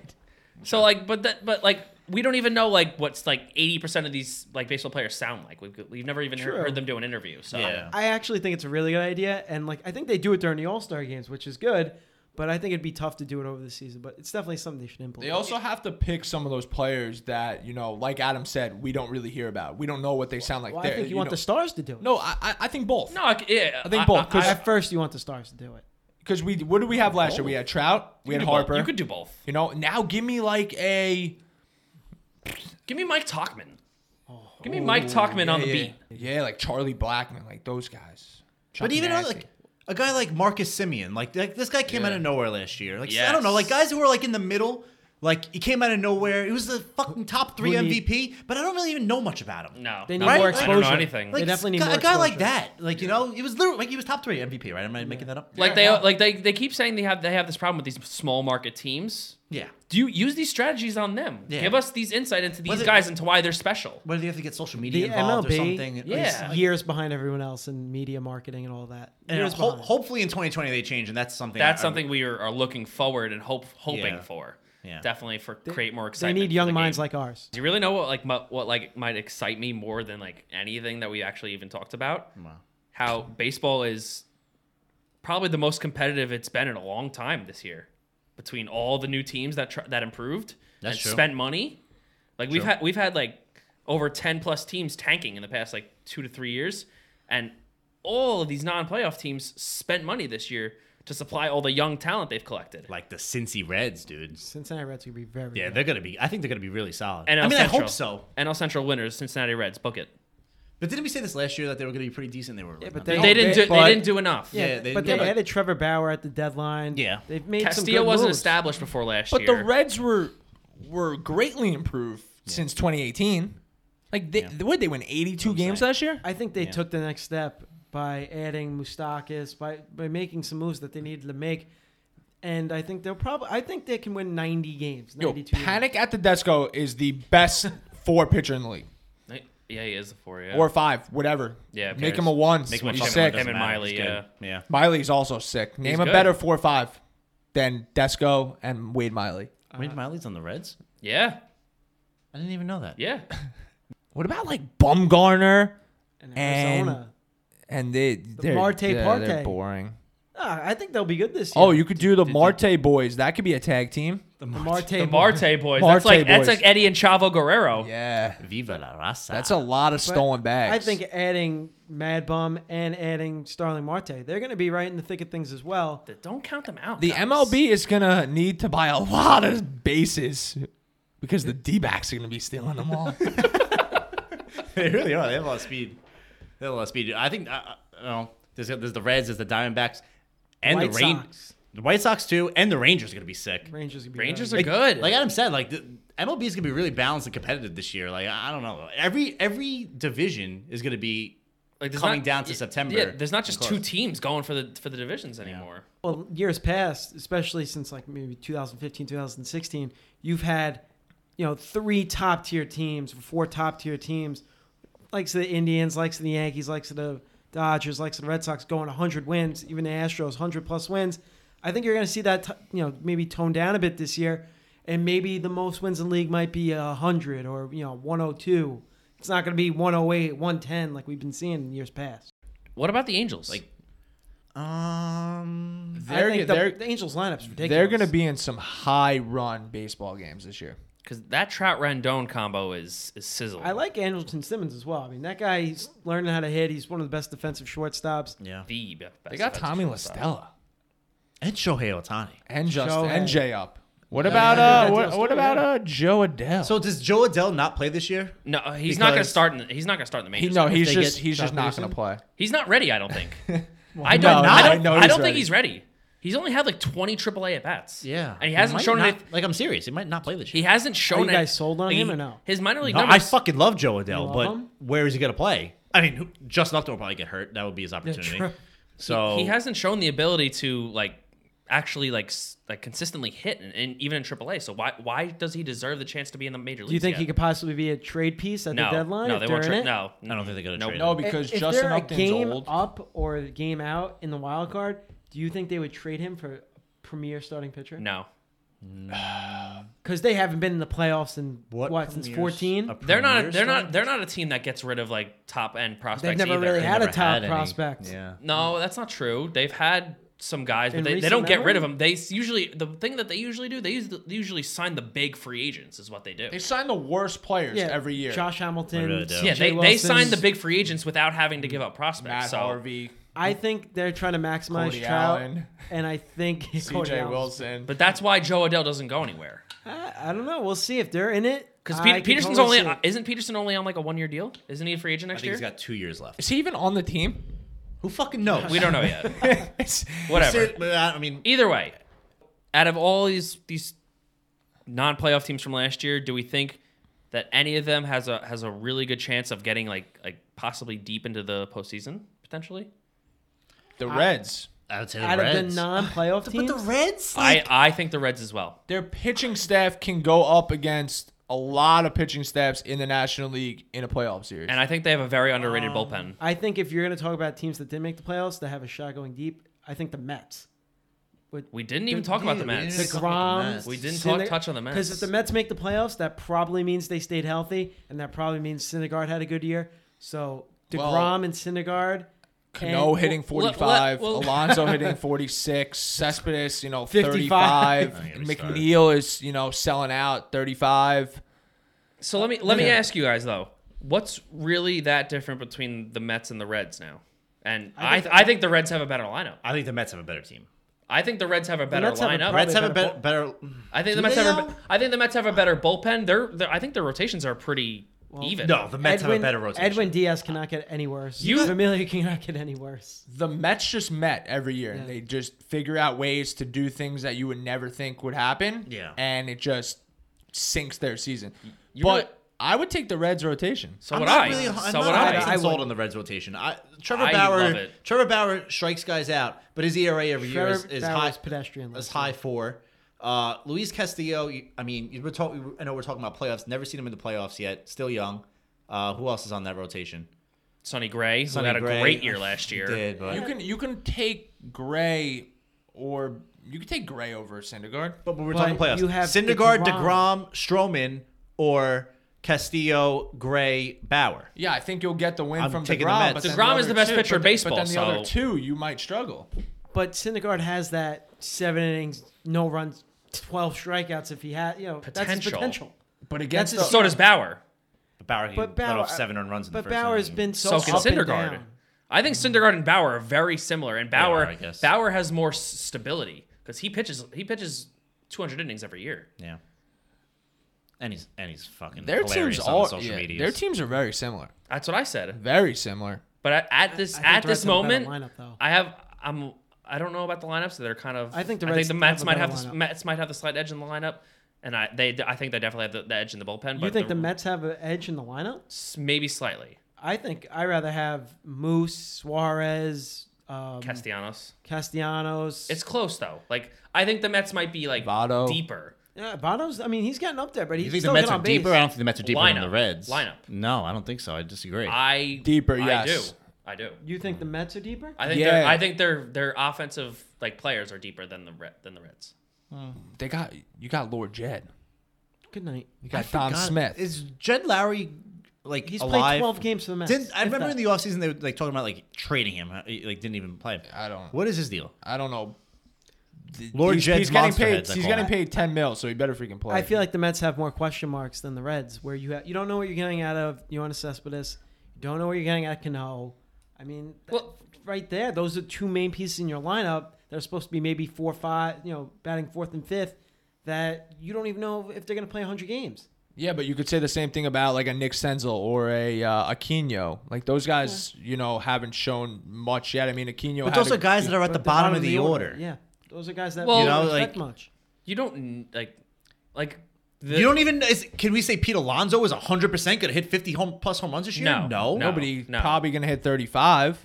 So like, but that, but like, we don't even know like what's like eighty percent of these like baseball players sound like. We've we've never even he-
True.
heard them do an interview. So
Yeah.
I actually think it's a really good idea, and like I think they do it during the All Star games, which is good. But I think it'd be tough to do it over the season. But it's definitely something they should
They
implement.
also have to pick some of those players that you know, like Adam said, we don't really hear about. We don't know what they sound like.
well, I
They're-
think you, want
know-
the stars to do it.
No, I, I- I think both.
no, I, c- yeah,
I think both, 'cause-
at first you want the stars to do it.
because we what did we have last year? We had Trout,
you
we had
could do
Harper.
both. You could do both.
You know, now give me like a
Give me Mike Talkman. Give me Mike Talkman on the
Oh, yeah,
beat.
yeah, like Charlie Blackman, like those guys.
But
Chucky
even though,
Nasty.
like a guy like Marcus Simeon, like, like this guy came out of nowhere last year. Like I
Yes.
don't know, like guys who were like in the middle Like he came out of nowhere. He was the fucking top three
who need-
MVP, but I don't really even know much about him.
No,
They
no,
need more
I don't know
exposure.
anything.
They
Like
definitely need
a guy,
more
a guy like
exposure.
that, like you know, he was literally like he was top three MVP, right? Am I making that up?
like they like they they keep saying they have they have this problem with these small market teams.
yeah.
Do you use these strategies on them?
Yeah.
Give us these insight into these
Was it-
guys into why they're special.
Whether you have to get social
The
media involved or something.
MLB
At least-
Yeah.
is years behind everyone else in media marketing and all that.
And
Years
ho-
behind.
hopefully in 2020 they change, and that's something.
That's
I-
something we are, are looking forward and hope hoping
Yeah.
for.
Yeah.
Definitely for create more
they
excitement.
need young minds
like.
like ours.
Do you really know what like mu- what like might excite me more than like anything that we actually even talked about? How baseball is probably the most competitive it's been in a long time this year, between all the new teams that tr- that improved
That's
and
true.
spent money. Like we've
True.
had we've had like over ten plus teams tanking in the past like two to three years, and all of these non-playoff teams spent money this year to supply all the young talent they've collected.
like the Cincy Reds, dude.
Cincinnati Reds would be very
Yeah,
good.
they're gonna be. I think they're gonna be really solid.
NL
I mean, I
Central.
hope so.
NL Central winners, Cincinnati Reds, book it.
But didn't we say this last year that they were gonna be pretty decent? Oh, They were. Yeah,
but they-
They didn't
they-
do, they
but-
didn't do enough.
Yeah,
Yeah, they-
but they
yeah, but-
added Trevor Bauer at the deadline.
Yeah.
they've made some
Castillo
good
wasn't
moves.
established before last
But
year.
the Reds were were greatly improved since 2018. Like they, what they win 82 games last year?
I think they took the next step by adding Mustakis by by making some moves that they needed to make, and I think they'll probably I think they can win ninety games.
Yo,
92 games.
Panic at the Desco is the best four pitcher in the league
yeah, he is the four. Yeah,
or five, whatever.
Yeah, who
make
cares?
him a one. Make
him a
he's
fucking one,
sick.
doesn't Him and matter. Miley,
It's good.
yeah.
yeah.
Miley's also sick. Name a
good.
better four or five than Desco and Wade Miley.
Wade Miley's on the Reds.
yeah,
I didn't even know that.
yeah.
What about like Bumgarner
and
and-
Arizona.
and they? They're,
Marte
yeah, they're
Parte.
boring.
Ah, I think they'll be good this year.
Oh, you could do the Marte boys. That could be a tag team.
the Marte.
The Marte boys.
Marte
that's like that's
boys.
like Eddie and Chavo Guerrero.
Yeah,
Viva la raza.
that's a lot of stolen bags.
I think adding Mad Bum and adding Starling Marte, they're going to be right in the thick of things as well.
Th- Don't count them out.
The
guys.
MLB is gonna need to buy a lot of bases because the D backs are gonna be stealing them all.
they really are. They have a lot of speed. They have a lot of speed. I think. Uh, uh, oh, there's there's the Reds, there's the Diamondbacks, and
White
the Rain,
Sox.
the White Sox too, and the Rangers are gonna be sick.
Rangers could be
Rangers
very
are good.
Like Adam said, like the MLB is gonna be really balanced and competitive this year. Like I I don't know. Every every division is gonna be
Like, there's
coming
not-
down to
y-
September.
Yeah, there's not just
Of
two
course.
teams going for the for the divisions anymore.
well years past especially since like maybe 2015 2016 you've had you know three top tier teams four top tier teams likes of the indians likes of the yankees likes of the dodgers likes of the red sox going 100 wins even the astros 100 plus wins i think you're going to see that t- you know maybe toned down a bit this year and maybe the most wins in the league might be 100 or you know 102 it's not going to be 108 110 like we've been seeing in years past
What about the Angels?
Like- Um.
They're-
I think the,
they're-
the angels lineup's ridiculous
They're gonna be in some high run baseball games this year.
because that Trout Rendon combo is is sizzling.
I like Angelton Simmons as well. I mean, that guy, he's learning how to hit. He's one of the best defensive shortstops.
Yeah.
the best.
They got Tommy LaStella
And Shohei Otani.
and Justin
Shohei.
and Jay up. What
yeah, yeah,
about uh?
yeah,
What,
Justin,
what about uh? Joe Adele?
So does Joe Adele not play this year?
No, uh, he's not gonna
Because-
start. In the, he's not gonna start in the
he,
majors.
no, he's
they
just
get
he's just
Jock
not gonna
Peterson?
play.
he's not ready. I don't think. I don't.
no,
I
I
don't. I
know
don't,
he's
think
ready.
he's ready. He's only had like 20 AAA at bats. and he hasn't
might
shown
not,
anything.
Like I'm serious. He might not play this
He
year.
hasn't shown.
Are you
any-
guys sold on
like,
him
he-
or no?
His minor league
No, I
numbers.
fucking love Joe Adele,
love
but
him?
where is he gonna play? I mean, who, Justin Upton will probably get hurt. That would be his opportunity.
true.
so
he hasn't shown the ability to like actually like s- like consistently hit, and, and even in AAA. So why why does he deserve the chance to be in the major league?
Do you think he could possibly be a trade piece at
No,
the deadline?
no,
if
they
they're
won't
in
trade.
it?
No,
I don't think they're gonna
Nope.
trade
No,
him.
because
If- if
Justin
they're a
Upton's
game
old.
up or a game out in the wild card, do you think they would trade him for a premier starting pitcher?
no.
Because they haven't been in the playoffs in what, since
premieres-
14.
a premier
They're not. They're
star?
not. They're not a team that gets rid of like top end
They've
prospects.
never
either.
really had
Never
a
had
top
any.
prospect.
Yeah.
No, that's not true. They've had some guys, but
In
they, they
recent
don't get rid
memory?
of them. They s- usually the thing that they usually do. They, use, they usually sign the big free agents. Is what they do.
They sign the worst players
Yeah,
every year.
Josh Hamilton.
They really do.
yeah,
Jay
they, they
Wilson.
sign the big free agents without having to give up prospects.
Matt
so
Harvey,
I think they're trying to maximize
Cody
Trout,
Allen.
and I think Cody
C.J.
Allen.
Wilson.
But that's why Joe Adele doesn't go anywhere.
I, I don't know. We'll see if they're in it.
Because
I can
Peterson's
totally see
only
it.
isn't Peterson only on like a one year deal? Isn't he a free agent
I
next
think
year?
he's got two years left.
is he even on the team?
Who fucking knows?
we don't know yet.
It's-
Whatever.
Ser- but, uh, I mean,
Either way, out of all these these non-playoff teams from last year, do we think that any of them has a has a really good chance of getting like like possibly deep into the postseason potentially?
The Reds.
I would say the
Out of
Reds.
the non-playoff
but
teams,
the Reds,
I I think the Reds as well.
Their pitching staff can go up against a lot of pitching staffs in the National League in a playoff series.
And I think they have a very underrated bullpen.
I think if you're going to talk about teams that didn't make the playoffs that have a shot going deep, I think the Mets.
We didn't even talk about the Mets.
didn't- Groms.
We didn't talk, touch on the Mets.
Because if the Mets make the playoffs, that probably means they stayed healthy, and that probably means Syndergaard had a good year. So Degrom
Well-
and Syndergaard,
Cano
and-
hitting
well,
45,
well-
Alonso hitting 46, Cespedes, you know,
55.
35,
get me started.
McNeil is, you know, selling out 35.
So let me let me ask you guys though, what's really that different between the Mets and the Reds now? And I I,
think
think the Reds have a better lineup.
I think the Mets have a better team.
I think the Reds have a better
Mets have a
lineup.
Probably
Reds have a
better
better. better
I think
Do
the Mets
they um,
have. A,
though?
be- I think the Mets have a better bullpen. They're, they're- I think their rotations are pretty even.
no, the Mets
Edwin,
have a better rotation.
Edwin Diaz cannot get any worse.
You-
Familiar cannot get any worse.
The Mets just met every year and
Yeah.
they just figure out ways to do things that you would never think would happen.
Yeah.
And it just sinks their season.
You
but
really-
I would take the Reds rotation.
So
I'm
would
not
I.
really- I'm
so
not
would
100%
I.
I would.
sold on the Reds rotation. I, Trevor
I
Bauer.
love it.
Trevor Bauer strikes guys out, but his ERA every year is,
Trevor
is
Bauer
high.
is pedestrian
Is
last
high four. Uh, Luis Castillo. you- I mean, you were talking. I know we're talking about playoffs. Never seen him in the playoffs yet. Still young. Uh, who else is on that rotation?
Sonny Gray, who
Sonny
had a
Gray.
great year last year.
He did, but
You can you can take Gray or you can take Gray over Syndergaard.
But we're
But
talking playoffs.
you have
Syndergaard,
DeGrom.
DeGrom, Stroman, or Castillo, Gray, Bauer.
Yeah, I think you'll get the win
I'm
from
taking the
DeGrom.
Mets.
but then
DeGrom is
other
the best
two-
pitcher in
but th-
baseball,
But then the
so-
other two, you might struggle.
But Syndergaard has that seven innings, no runs, twelve strikeouts. If he had, you know, that's his
Potential.
potential.
But
That's
against the,
just
So does Bauer.
But Bauer, he
But
let
Bauer,
off seven earned runs in the
but
first
Bauer's
inning.
been so,
So can
up and
Syndergaard.
down.
I think Syndergaard and Bauer are very similar, and Bauer
I guess.
Bauer has more s- stability because he pitches he pitches 200 innings every year.
Yeah. And he's and he's fucking
their
hilarious
teams
on the
all
social
yeah,
media.
their teams are very similar.
That's what I said.
Very similar.
But at, at this
I think
at
the
this
Reds have a better
moment,
lineup, though.
I have I'm I don't know about the lineups. They're kind of
I think the
I
Reds
think the
have
Mets
a
might
better
have the
lineup.
Mets might have the slight edge in the lineup, and I they I think they definitely have the, the edge in the bullpen.
You
but
think the Mets Mm-hmm. have an edge in the lineup?
s- maybe slightly
I think I rather have Moose, Suarez, um,
Castellanos?
Castellanos.
It's close though. Like I think the Mets might be like
Votto.
deeper.
yeah, Bono's. I mean, he's gotten up there, but he's
you think
still
the Mets
good
are
on base.
deeper? I don't think the Mets are deeper than the
Lineup.
Reds.
Lineup.
No, I don't think so. I disagree.
I
Deeper,
I
yes.
do. I do.
You think the Mets are deeper?
I think
Yeah.
they're I think their their offensive like players are deeper than the Re- than the Reds.
They got you got Lord Jed.
Good night.
You got Don Smith.
Is Jed Lowry like
He's
alive?
played 12 games for the Mets.
Didn't, I
if
remember in
that.
the offseason they were like talking about like trading him. Uh, Like didn't even play him.
I don't-
What is his deal?
I don't know. Th-
Lord
he's,
Jed's
he's getting
monster
paid.
heads, I
he's
call
getting
it.
paid ten mil, so he better freaking play.
I feel like the Mets have more question marks than the Reds, where you ha- you don't know what you're getting out of Jonas Cespedes, you don't know what you're getting out of Cano. I mean, that-
Well-
right there, those are two main pieces in your lineup that are supposed to be maybe four, five, you know, batting fourth and fifth, that you don't even know if they're going to play 100 games.
Yeah, but you could say the same thing about like a Nick Senzel or a uh, Aquino. Like those guys, you know, haven't shown much yet. I mean, Aquino.
But
had
those
a-
are guys that are at the bottom of the order.
yeah, those are guys that
Well-
you
You
don't
know,
expect
like-
much.
You don't n- like like the,
You don't even is, can we say Pete Alonso is 100 percent going to hit 50 home plus home runs this year?
No.
no.
No.
nobody
no.
probably gonna hit thirty-five.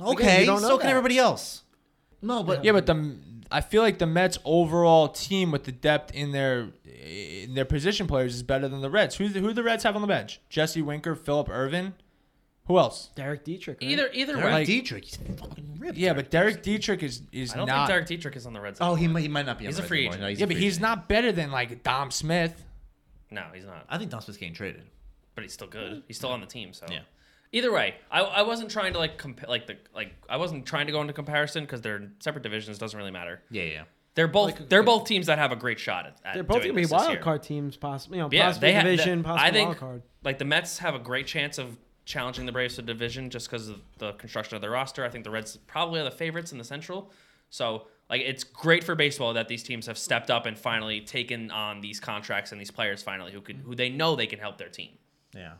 Okay,
you don't know
so can
that.
everybody else. No, but
Yeah, but the I feel like the Mets overall team with the depth in their in their position players is better than the Reds. Who who the Reds have on the bench? Jesse Winker, Philip Irvin, who else?
Derek Dietrich. right?
either either
Derek
way.
Dietrich, he's fucking ripped.
Yeah, but Derek Dietrich is is
I don't
not.
think Derek Dietrich is on the Reds.
oh, he
anymore.
might, he might not be. on
He's
the
a
Reds
free
anymore.
agent.
No,
yeah, but
free
he's
agent.
not better than like Dom Smith.
No, he's not.
I think Don Smith's getting traded.
But he's still good. He's still on the team. So
Yeah.
Either way, I, I wasn't trying to like compa- like the like I wasn't trying to go into comparison because they're separate divisions. Doesn't really matter.
Yeah, yeah.
They're both they're both teams that have a great shot at. at
They're both going to
doing
be
this this
wild
year.
card teams, possibly. You know,
Yeah,
possibly
they have
division,
that-
possibly
I think
wild card.
like the Mets have a great chance of challenging the Braves to division just because of the construction of their roster. I think the Reds probably are the favorites in the Central. So like it's great for baseball that these teams have stepped up and finally taken on these contracts and these players finally who could who they know they can help their team.
Yeah.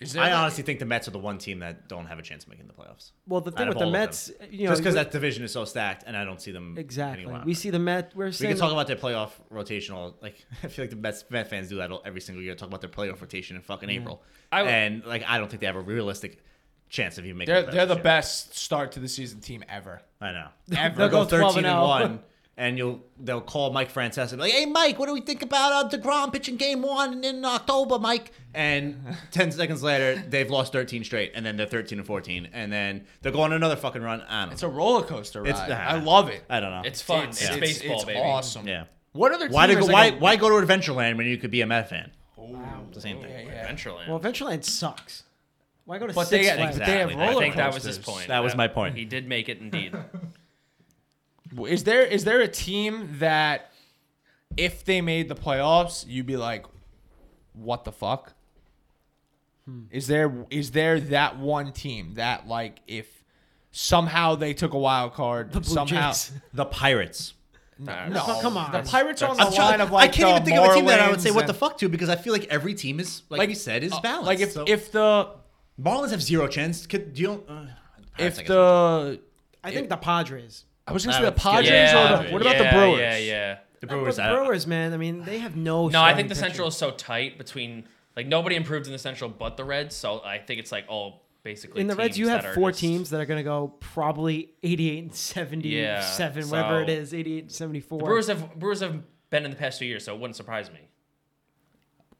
Is
I honestly think the Mets are the one team that don't have a chance of making the playoffs.
Well, the
Out
thing
of
with the
all of
Mets,
them.
you know,
just because
we-
that division is so stacked, and I don't see them
exactly.
Any
We see the Met. We're
we
saying
can talk about their playoff rotational. Like I feel like the Mets Met fans do that every single year. Talk about their playoff rotation in fucking
Mm-hmm.
April,
I would-
and like I don't think they have a realistic chance of you making.
They're
the playoffs
they're the
this year.
best start to the season team ever.
I know.
Ever.
They'll go
12
thirteen and
and 0.
oh.
one, and you'll they'll call Mike Francesa and be like, "Hey Mike, what do we think about uh, Degrom pitching Game One in October, Mike?" And ten seconds later, they've lost thirteen straight, and then they're thirteen and fourteen, and then they're going on another fucking run. I don't.
It's
know.
a roller coaster ride.
It's-
I love it.
I don't know.
It's fun. It's,
yeah.
baseball,
it's
baby.
awesome.
yeah.
What other
Why
team
to go,
is
why
like a-
why go to Adventureland when you could be a Met fan? It's the same thing.
Yeah, yeah.
Adventureland.
well, Adventureland sucks. Why go to
But they
Six
got-
Flags?
but they have
Exactly. I
roller
I think that was his
coasters.
point.
That was my point.
He did make it indeed.
Is there is there a team that if they made the playoffs, you'd be like, what the fuck? Is there is there that one team that like if somehow they took a wild card
The Blue
somehow
Jays.
The Pirates.
no
Oh, come on.
the Pirates are on the
I'm trying-
line of like
I can't
the
even think of a team that I would
Marlins
say what the
and-
fuck to because I feel like every team is like, you said is
uh,
balanced.
Like if
so-
if the
Marlins have zero chance, could do you? don't- Uh, Pirates, I
if
guess,
the
I think the Padres.
I was gonna
I
say the
would skip
Padres
yeah.
or the, what about
yeah,
the Brewers?
Yeah, yeah.
the
But
Brewers. I don't-
Brewers, man. I mean, they have no.
No, I think the Central is so tight between like nobody improved in the Central but the Reds. So I think it's like all basically
In the Reds,
teams
you
that
have
are
four
just-
teams that are going to go probably 88 and 77,
Yeah,
whatever it
so-
is, 88 and 74.
Brewers have Brewers have been in the past two years, so it wouldn't surprise me.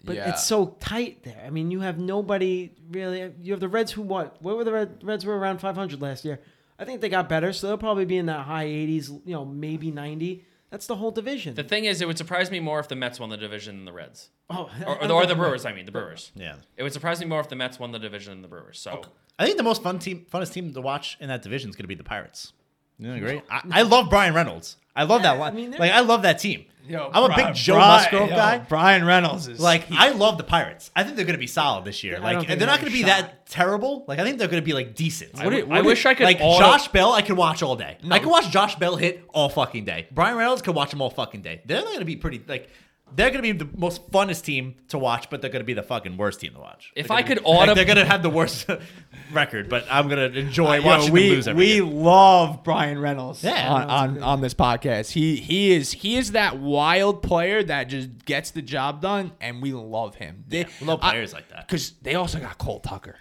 but it's so tight there. I mean, you have nobody really. You have the Reds who what? What were the Red, Reds were around 500 last year? I think they got better, so they'll probably be in that high 80s, you know, maybe 90. That's the whole division.
The thing is, it would surprise me more if the Mets won the division than the Reds,
oh,
or, or, the, or the Brewers. I mean, the Brewers.
Yeah.
It would surprise me more if the Mets won the division than the Brewers. So
I think the most fun team, funnest team to watch in that division is going to be the Pirates. You agree? I, I love Brian Reynolds. I love that one.
mean, they're-
like I love that team.
Yo,
I'm a
Bri-
big Joe
Bri-
Musgrove
yo,
guy.
Brian Reynolds is
Like I love the Pirates. I think they're going to be solid this year.
I don't
Like
think
and
they
they're not
have
going
a
to be that terrible. Like I think they're going to be like decent.
I, w- I wish I could
like
auto-
Josh Bell, I could watch all day. I could watch Josh Bell hit all fucking day. Brian Reynolds could watch them all fucking day. They're going to be pretty like they're going to be the most funnest team to watch, but they're going to be the fucking worst team to watch.
If
They're
I
gonna
could
be, like,
auto-
they're going to have the worst record, but I'm going to enjoy
Yo,
watching
we
them lose every
we
year.
love Brian Reynolds
Yeah.
on, on, on this podcast. He he is he is that wild player that just gets the job done, and we love him. They,
we love players like that.
because they also got Cole Tucker,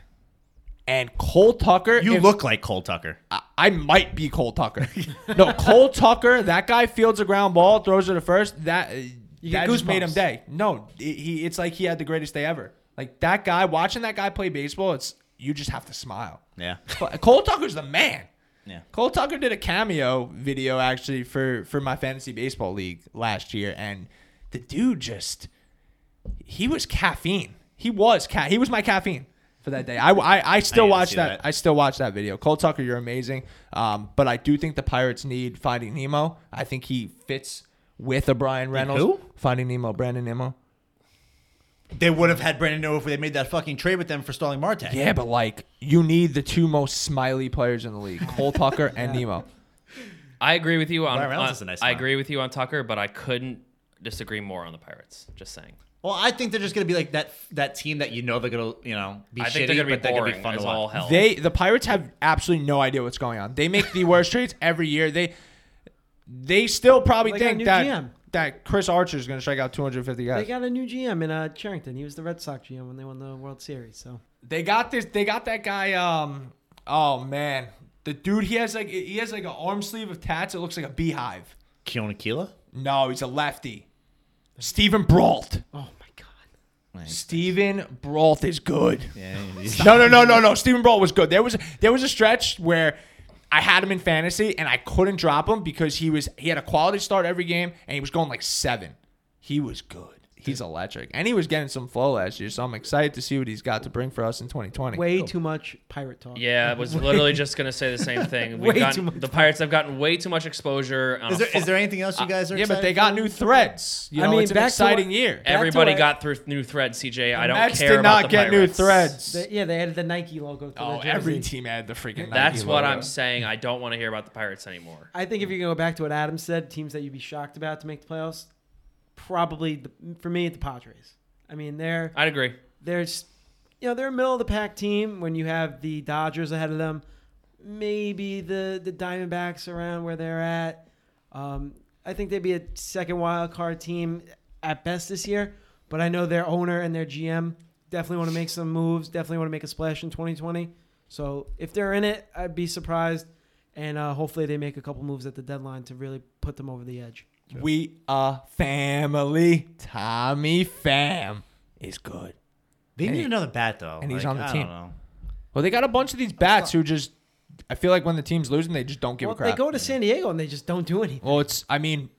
and Cole Tucker.
You
if-
look like Cole Tucker.
I, I might be Cole Tucker. no, Cole Tucker. That guy fields a ground ball, throws it to first. That uh,
get
that just made him
goosebumps.
day. No, it- he. It's like he had the greatest day ever. Like that guy watching that guy play baseball. It's you just have to smile.
Yeah.
But Cole Tucker's the man.
Yeah.
Cole Tucker did a cameo video actually for for my fantasy baseball league last year, and the dude just he was caffeine. He was ca- he was my caffeine for that day. I I, I still
I need to
watch
see
that,
that.
I still watch that video. Cole Tucker, you're amazing. Um, but I do think the Pirates need Finding Nemo. I think he fits with a Brian Reynolds.
who?
Finding Nemo, Brandon Nemo.
They would have had Brandon Nemo if they made that fucking trade with them for Stalling Marte.
Yeah, but like you need the two most smiley players in the league, Cole Tucker and Nemo.
I agree with you on.
Brian Reynolds
on-
is a nice
I
smile.
agree with you on Tucker, but I couldn't disagree more on the Pirates. Just saying.
Well, I think they're just going to be like that that team that you know they're going to, you know, be
I
shitty,
think they're gonna
but
be
they're going
boring
to be fun
as
to
all
watch.
hell.
They the Pirates have absolutely no idea what's going on. They make the worst trades every year. They they still probably
They got a
think
new
that
GM.
that Chris Archer is going to strike out 250 guys.
They got a new GM in uh, Charrington. He was the Red Sox GM when they won the World Series. So
this. They got that guy. Um. Oh man, the dude. He has like he has like an arm sleeve of tats. It looks like a beehive.
Keona Keela?
No, he's a lefty. Stephen Brault.
oh my god,
Stephen Brault is good.
Yeah.
No, no, no, no, no. Stephen Brault was good. There was there was a stretch where I had him in fantasy and I couldn't drop him because he was he had a quality start every game and he was going like seven. He was good. He's electric, and he was getting some flow last year. So I'm excited to see what he's got to bring for us in 2020.
way too much pirate talk.
Yeah, I was literally just gonna say the same thing. We've
Way
gotten-
too much.
the Pirates have gotten way too much exposure. On
Is
a
there,
fu-
is there anything else you guys are
yeah, but
excited
they got new threads. You
I
know,
mean,
it's an
back to
exciting
what-
year.
back to
Everybody
what-
got through new threads, CJ. I don't
Mets
care
did
about
not
the
get new
Pirates.
threads.
They, yeah, they added the Nike logo to
oh,
the jersey.
every team had the freaking.
That's
Nike
what
logo.
I'm saying. I don't want to hear about the Pirates anymore.
I think if you go back to what Adam said, teams that you'd be shocked about to make the playoffs, probably the, for me the Padres. I mean, they're
I'd agree.
they're s- you know, they're a middle of the pack team when you have the Dodgers ahead of them, maybe the, the Diamondbacks around where they're at. Um, I think they'd be a second wild card team at best this year, but I know their owner and their GM definitely want to make some moves, definitely want to make a splash in 2020. So if they're in it, I'd be surprised. And uh, hopefully they make a couple moves at the deadline to really put them over the edge.
We are family. Tommy Fam is good.
They need another bat though.
and he's
Like,
on the
I
team.
Don't know.
Well, they got a bunch of these bats who just. I feel like when the team's losing, they just don't give
Well,
a crap.
they go to San Diego and they just don't do anything.
well, it's. I mean,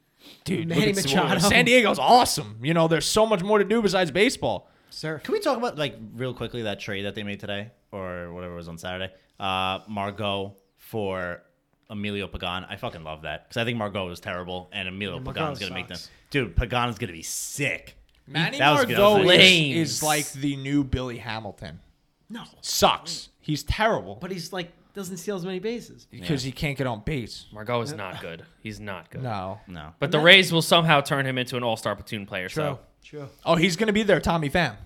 dude, look
Manny
at San-
Machado.
San Diego's awesome. You know, there's so much more to do besides baseball.
Surf.
Can we talk about like real quickly that trade that they made today or whatever it was on Saturday? Uh, Margot for Emilio Pagan. I fucking love that because I think Margot was terrible and Emilio
Margot
Pagan's gonna make them.
sucks.
Dude, Pagan's gonna be sick.
Manny
That was good. That was
Margot
nice.
is, is like the new Billy Hamilton.
No.
Sucks. He's terrible
But he's like, doesn't steal as many bases.
because he can't get on base.
Margot is not good. He's not good.
No.
No,
But the Rays will somehow turn him into an All Star platoon player. So
True.
Oh, he's gonna be there, Tommy Pham.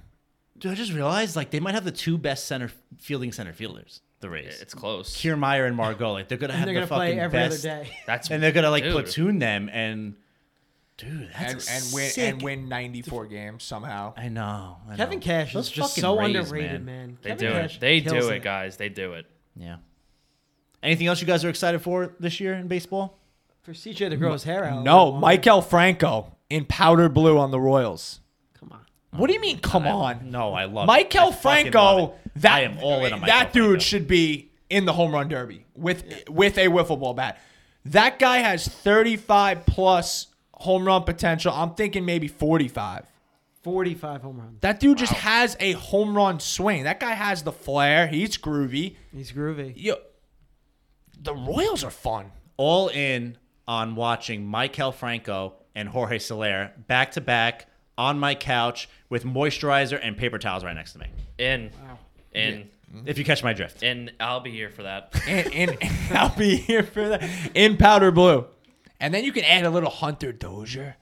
dude, I just realized like they might have the two best center fielding center fielders. The Rays,
it's close.
Kiermaier and Margot. Like they're gonna have
And
the
they're going
fucking
to play every
best,
other day.
That's
and they're gonna like
dude.
platoon them and dude, that's
And,
a
and win
sick.
and win 94 games somehow.
I know. I
Kevin
know.
Cash
Those
is just
fucking
so
Rays,
underrated, man.
They
Kevin
do
Cash
it. They
kills
do
it.
it, guys. They do it.
Yeah. Anything else you guys are excited for this year in baseball?
For CJ to grow his hair out. a
No,
little longer.
Michael Franco in powder blue on the Royals.
Come on.
What do you mean? Come on,
Oh No, I love it.
Michael
I fucking love
Franco.
it.
That
I am all in on Michael
that dude
Franco.
should be in the home run derby with with a wiffle ball bat. That guy has 35 plus home run potential. I'm thinking maybe 45.
45 home runs.
That dude just has a home run swing. That guy has the flair. He's groovy.
He's groovy.
Yo, the Royals are fun.
all in on watching Michael Franco and Jorge Soler back to back on my couch with moisturizer and paper towels right next to me.
In, in,
Mm-hmm.
If you catch my drift.
and I'll be here for that.
And, and, and I'll be here for that in powder blue. And then you can add a little Hunter Dozier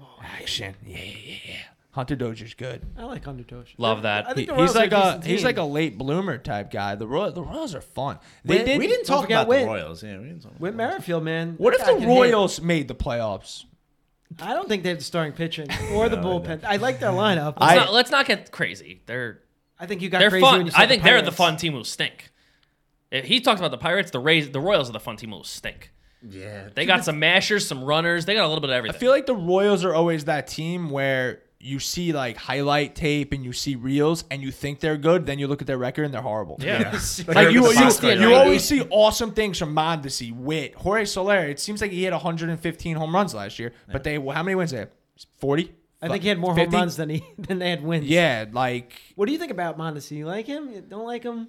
Oh,
action. Yeah, yeah, yeah, yeah. Hunter Dozier's good.
I like Undertosh.
Love that.
I think
He-
the
he's
Royals are
like a
decent
he's
team.
like a late bloomer type guy. The Royals, the Royals are fun. They did.
we didn't
don't
talk
forget
about
Witt.
the Royals. Yeah, we didn't talk
Whit Merrifield, man.
What
That
if
guy
the
can hit.
Royals made the playoffs?
I don't think they have the starting pitching or the bullpen. I like their lineup.
I-
I,
Let's not, let's not get crazy. They're
think you got
they're
crazy when
fun.
you said
I think they're the
Pirates.
fun team who stink. If he talks about the Pirates, the Rays, the Royals are the fun team who stink. Yeah, they got some mashers, some runners. They got a little bit of
I
everything.
feel like the Royals are always that team where you see like highlight tape and you see reels and you think they're good, then you look at their record and they're horrible.
yeah.
Like you,
Look at the
you,
box score,
you
yeah.
always see awesome things from Mondesi, Witt, Jorge Soler. It seems like he had 115 home runs last year, but they how many wins? They have? 40.
I think he had more
50?
home runs than he than they had wins.
Yeah, like
What do you think about Mondesi? You like him? You don't like him?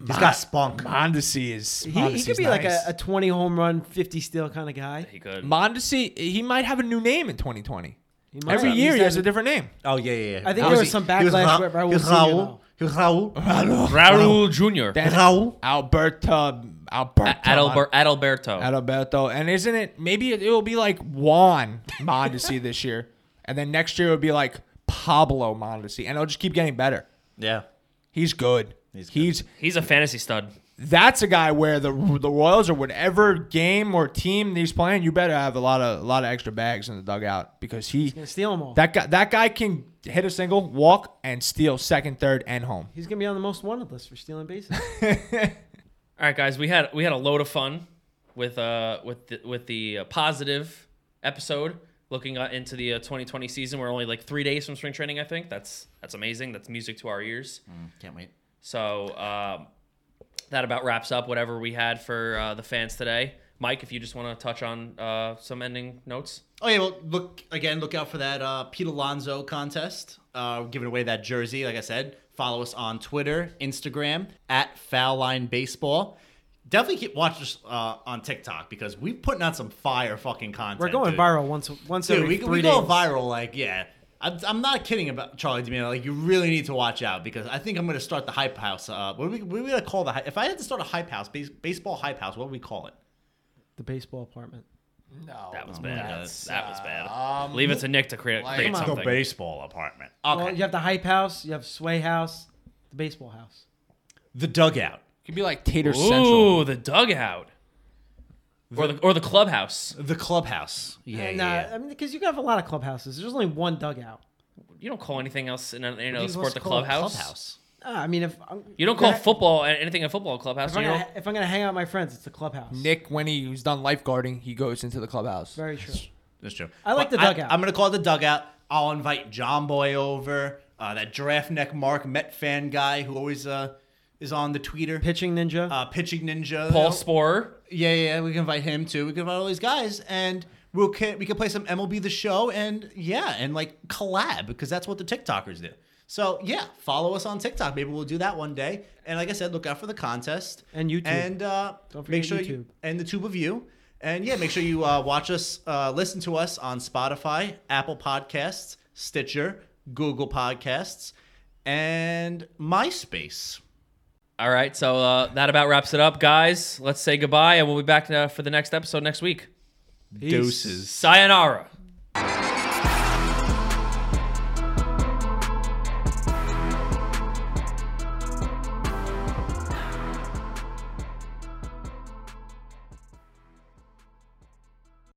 about. He's got spunk.
Ah, Mondesi is
He, he
Mondesi's
could be like a,
nice.
a 20 home run, 50 steal kind of guy.
he could.
Mondesi, he might have a new name in 2020.
He might
Every
have-
year
he's
he has
having-
a different name.
Oh, yeah, yeah, yeah.
I think
How
there
is
was
he?
some
He was
backlash
Ra-
with Raul
He was
Senior,
Raul. He was Raul.
Raul Jr.
Then
Raul.
Alberto, Alberto,
Adalber- Adalberto.
Adalberto, and isn't it? Maybe it, it will be like Juan Mondesi this year, and then next year it will be like Pablo Mondesi, and it'll just keep getting better.
Yeah.
He's good. He's,
good.
He's a fantasy stud.
that's a guy where the the Royals or whatever game or team he's playing, you better have a lot of a lot of extra bags in the dugout because he
gonna steal 'em all.
That guy that guy can hit a single, walk, and steal second, third, and home.
He's going to be on the most wanted list for stealing bases.
All right, guys, we had we had a load of fun with uh with the, with the uh, positive episode looking uh, into the uh, 2020 season. We're only like three days from spring training, I think. That's that's amazing. That's music to our ears.
Mm, Can't wait.
So um, that about wraps up whatever we had for uh, the fans today. Mike, if you just want to touch on uh, some ending notes.
Oh yeah, well look again. Look out for that uh, Pete Alonso contest. Uh, we're giving away that jersey, like I said. Follow us on Twitter, Instagram at Foul Line Baseball. Definitely keep watch us uh, on TikTok because we're putting out some fire fucking content.
We're going
dude.
viral once once
Dude,
every
we,
three
we go
days.
viral. Like yeah, I'm, I'm not kidding about Charlie D'Amelio. Like you really need to watch out because I think I'm gonna start the hype house. Uh, what are we what are we gonna call the? hy- If I had to start a hype house, base, baseball hype house, what would we call it?
The baseball apartment.
No,
That was bad.
God.
that was bad. Leave it to Nick to create,
Um, like-
create
Come on.
something.
baseball apartment. Okay.
Well, you have the hype house. You have sway house. The baseball house.
The dugout.
could be like Tater Central.
Ooh, the dugout. Or the or the clubhouse.
The clubhouse. Yeah,
And, uh,
yeah. yeah.
I mean, because you can have a lot of clubhouses. There's only one dugout.
You don't call anything else in any other
Who's
sport
supposed
the
to call it
clubhouse.
clubhouse.
Uh, I mean, if I'm,
You don't call
Yeah.
football anything a football clubhouse.
if I'm,
you
gonna,
don't-
if I'm gonna hang out with my friends, it's the clubhouse.
Nick, when he was done lifeguarding, he goes into the clubhouse.
Very true.
That's true.
I like
But
the dugout.
I, am gonna call it the dugout. I'll invite John Boy over. Uh, that draft neck Mark Met fan guy who always uh, is on the tweeter.
Pitching ninja.
uh, pitching ninja.
Paul Sporer.
Yeah, yeah, yeah, we can invite him too. We can invite all these guys, and we'll can, we can play some MLB the Show, and yeah, and like collab because that's what the TikTokers do. So yeah, follow us on TikTok. Maybe we'll do that one day. And like I said, look out for the contest
And YouTube.
and uh,
Don't
make
forget
sure
YouTube.
You, and the tube of you. And yeah, make sure you uh, watch us, uh, listen to us on Spotify, Apple Podcasts, Stitcher, Google Podcasts, and MySpace.
All right, so uh, that about wraps it up, guys. Let's say goodbye, and we'll be back uh, for the next episode next week.
Peace.
Doses.
Sayonara.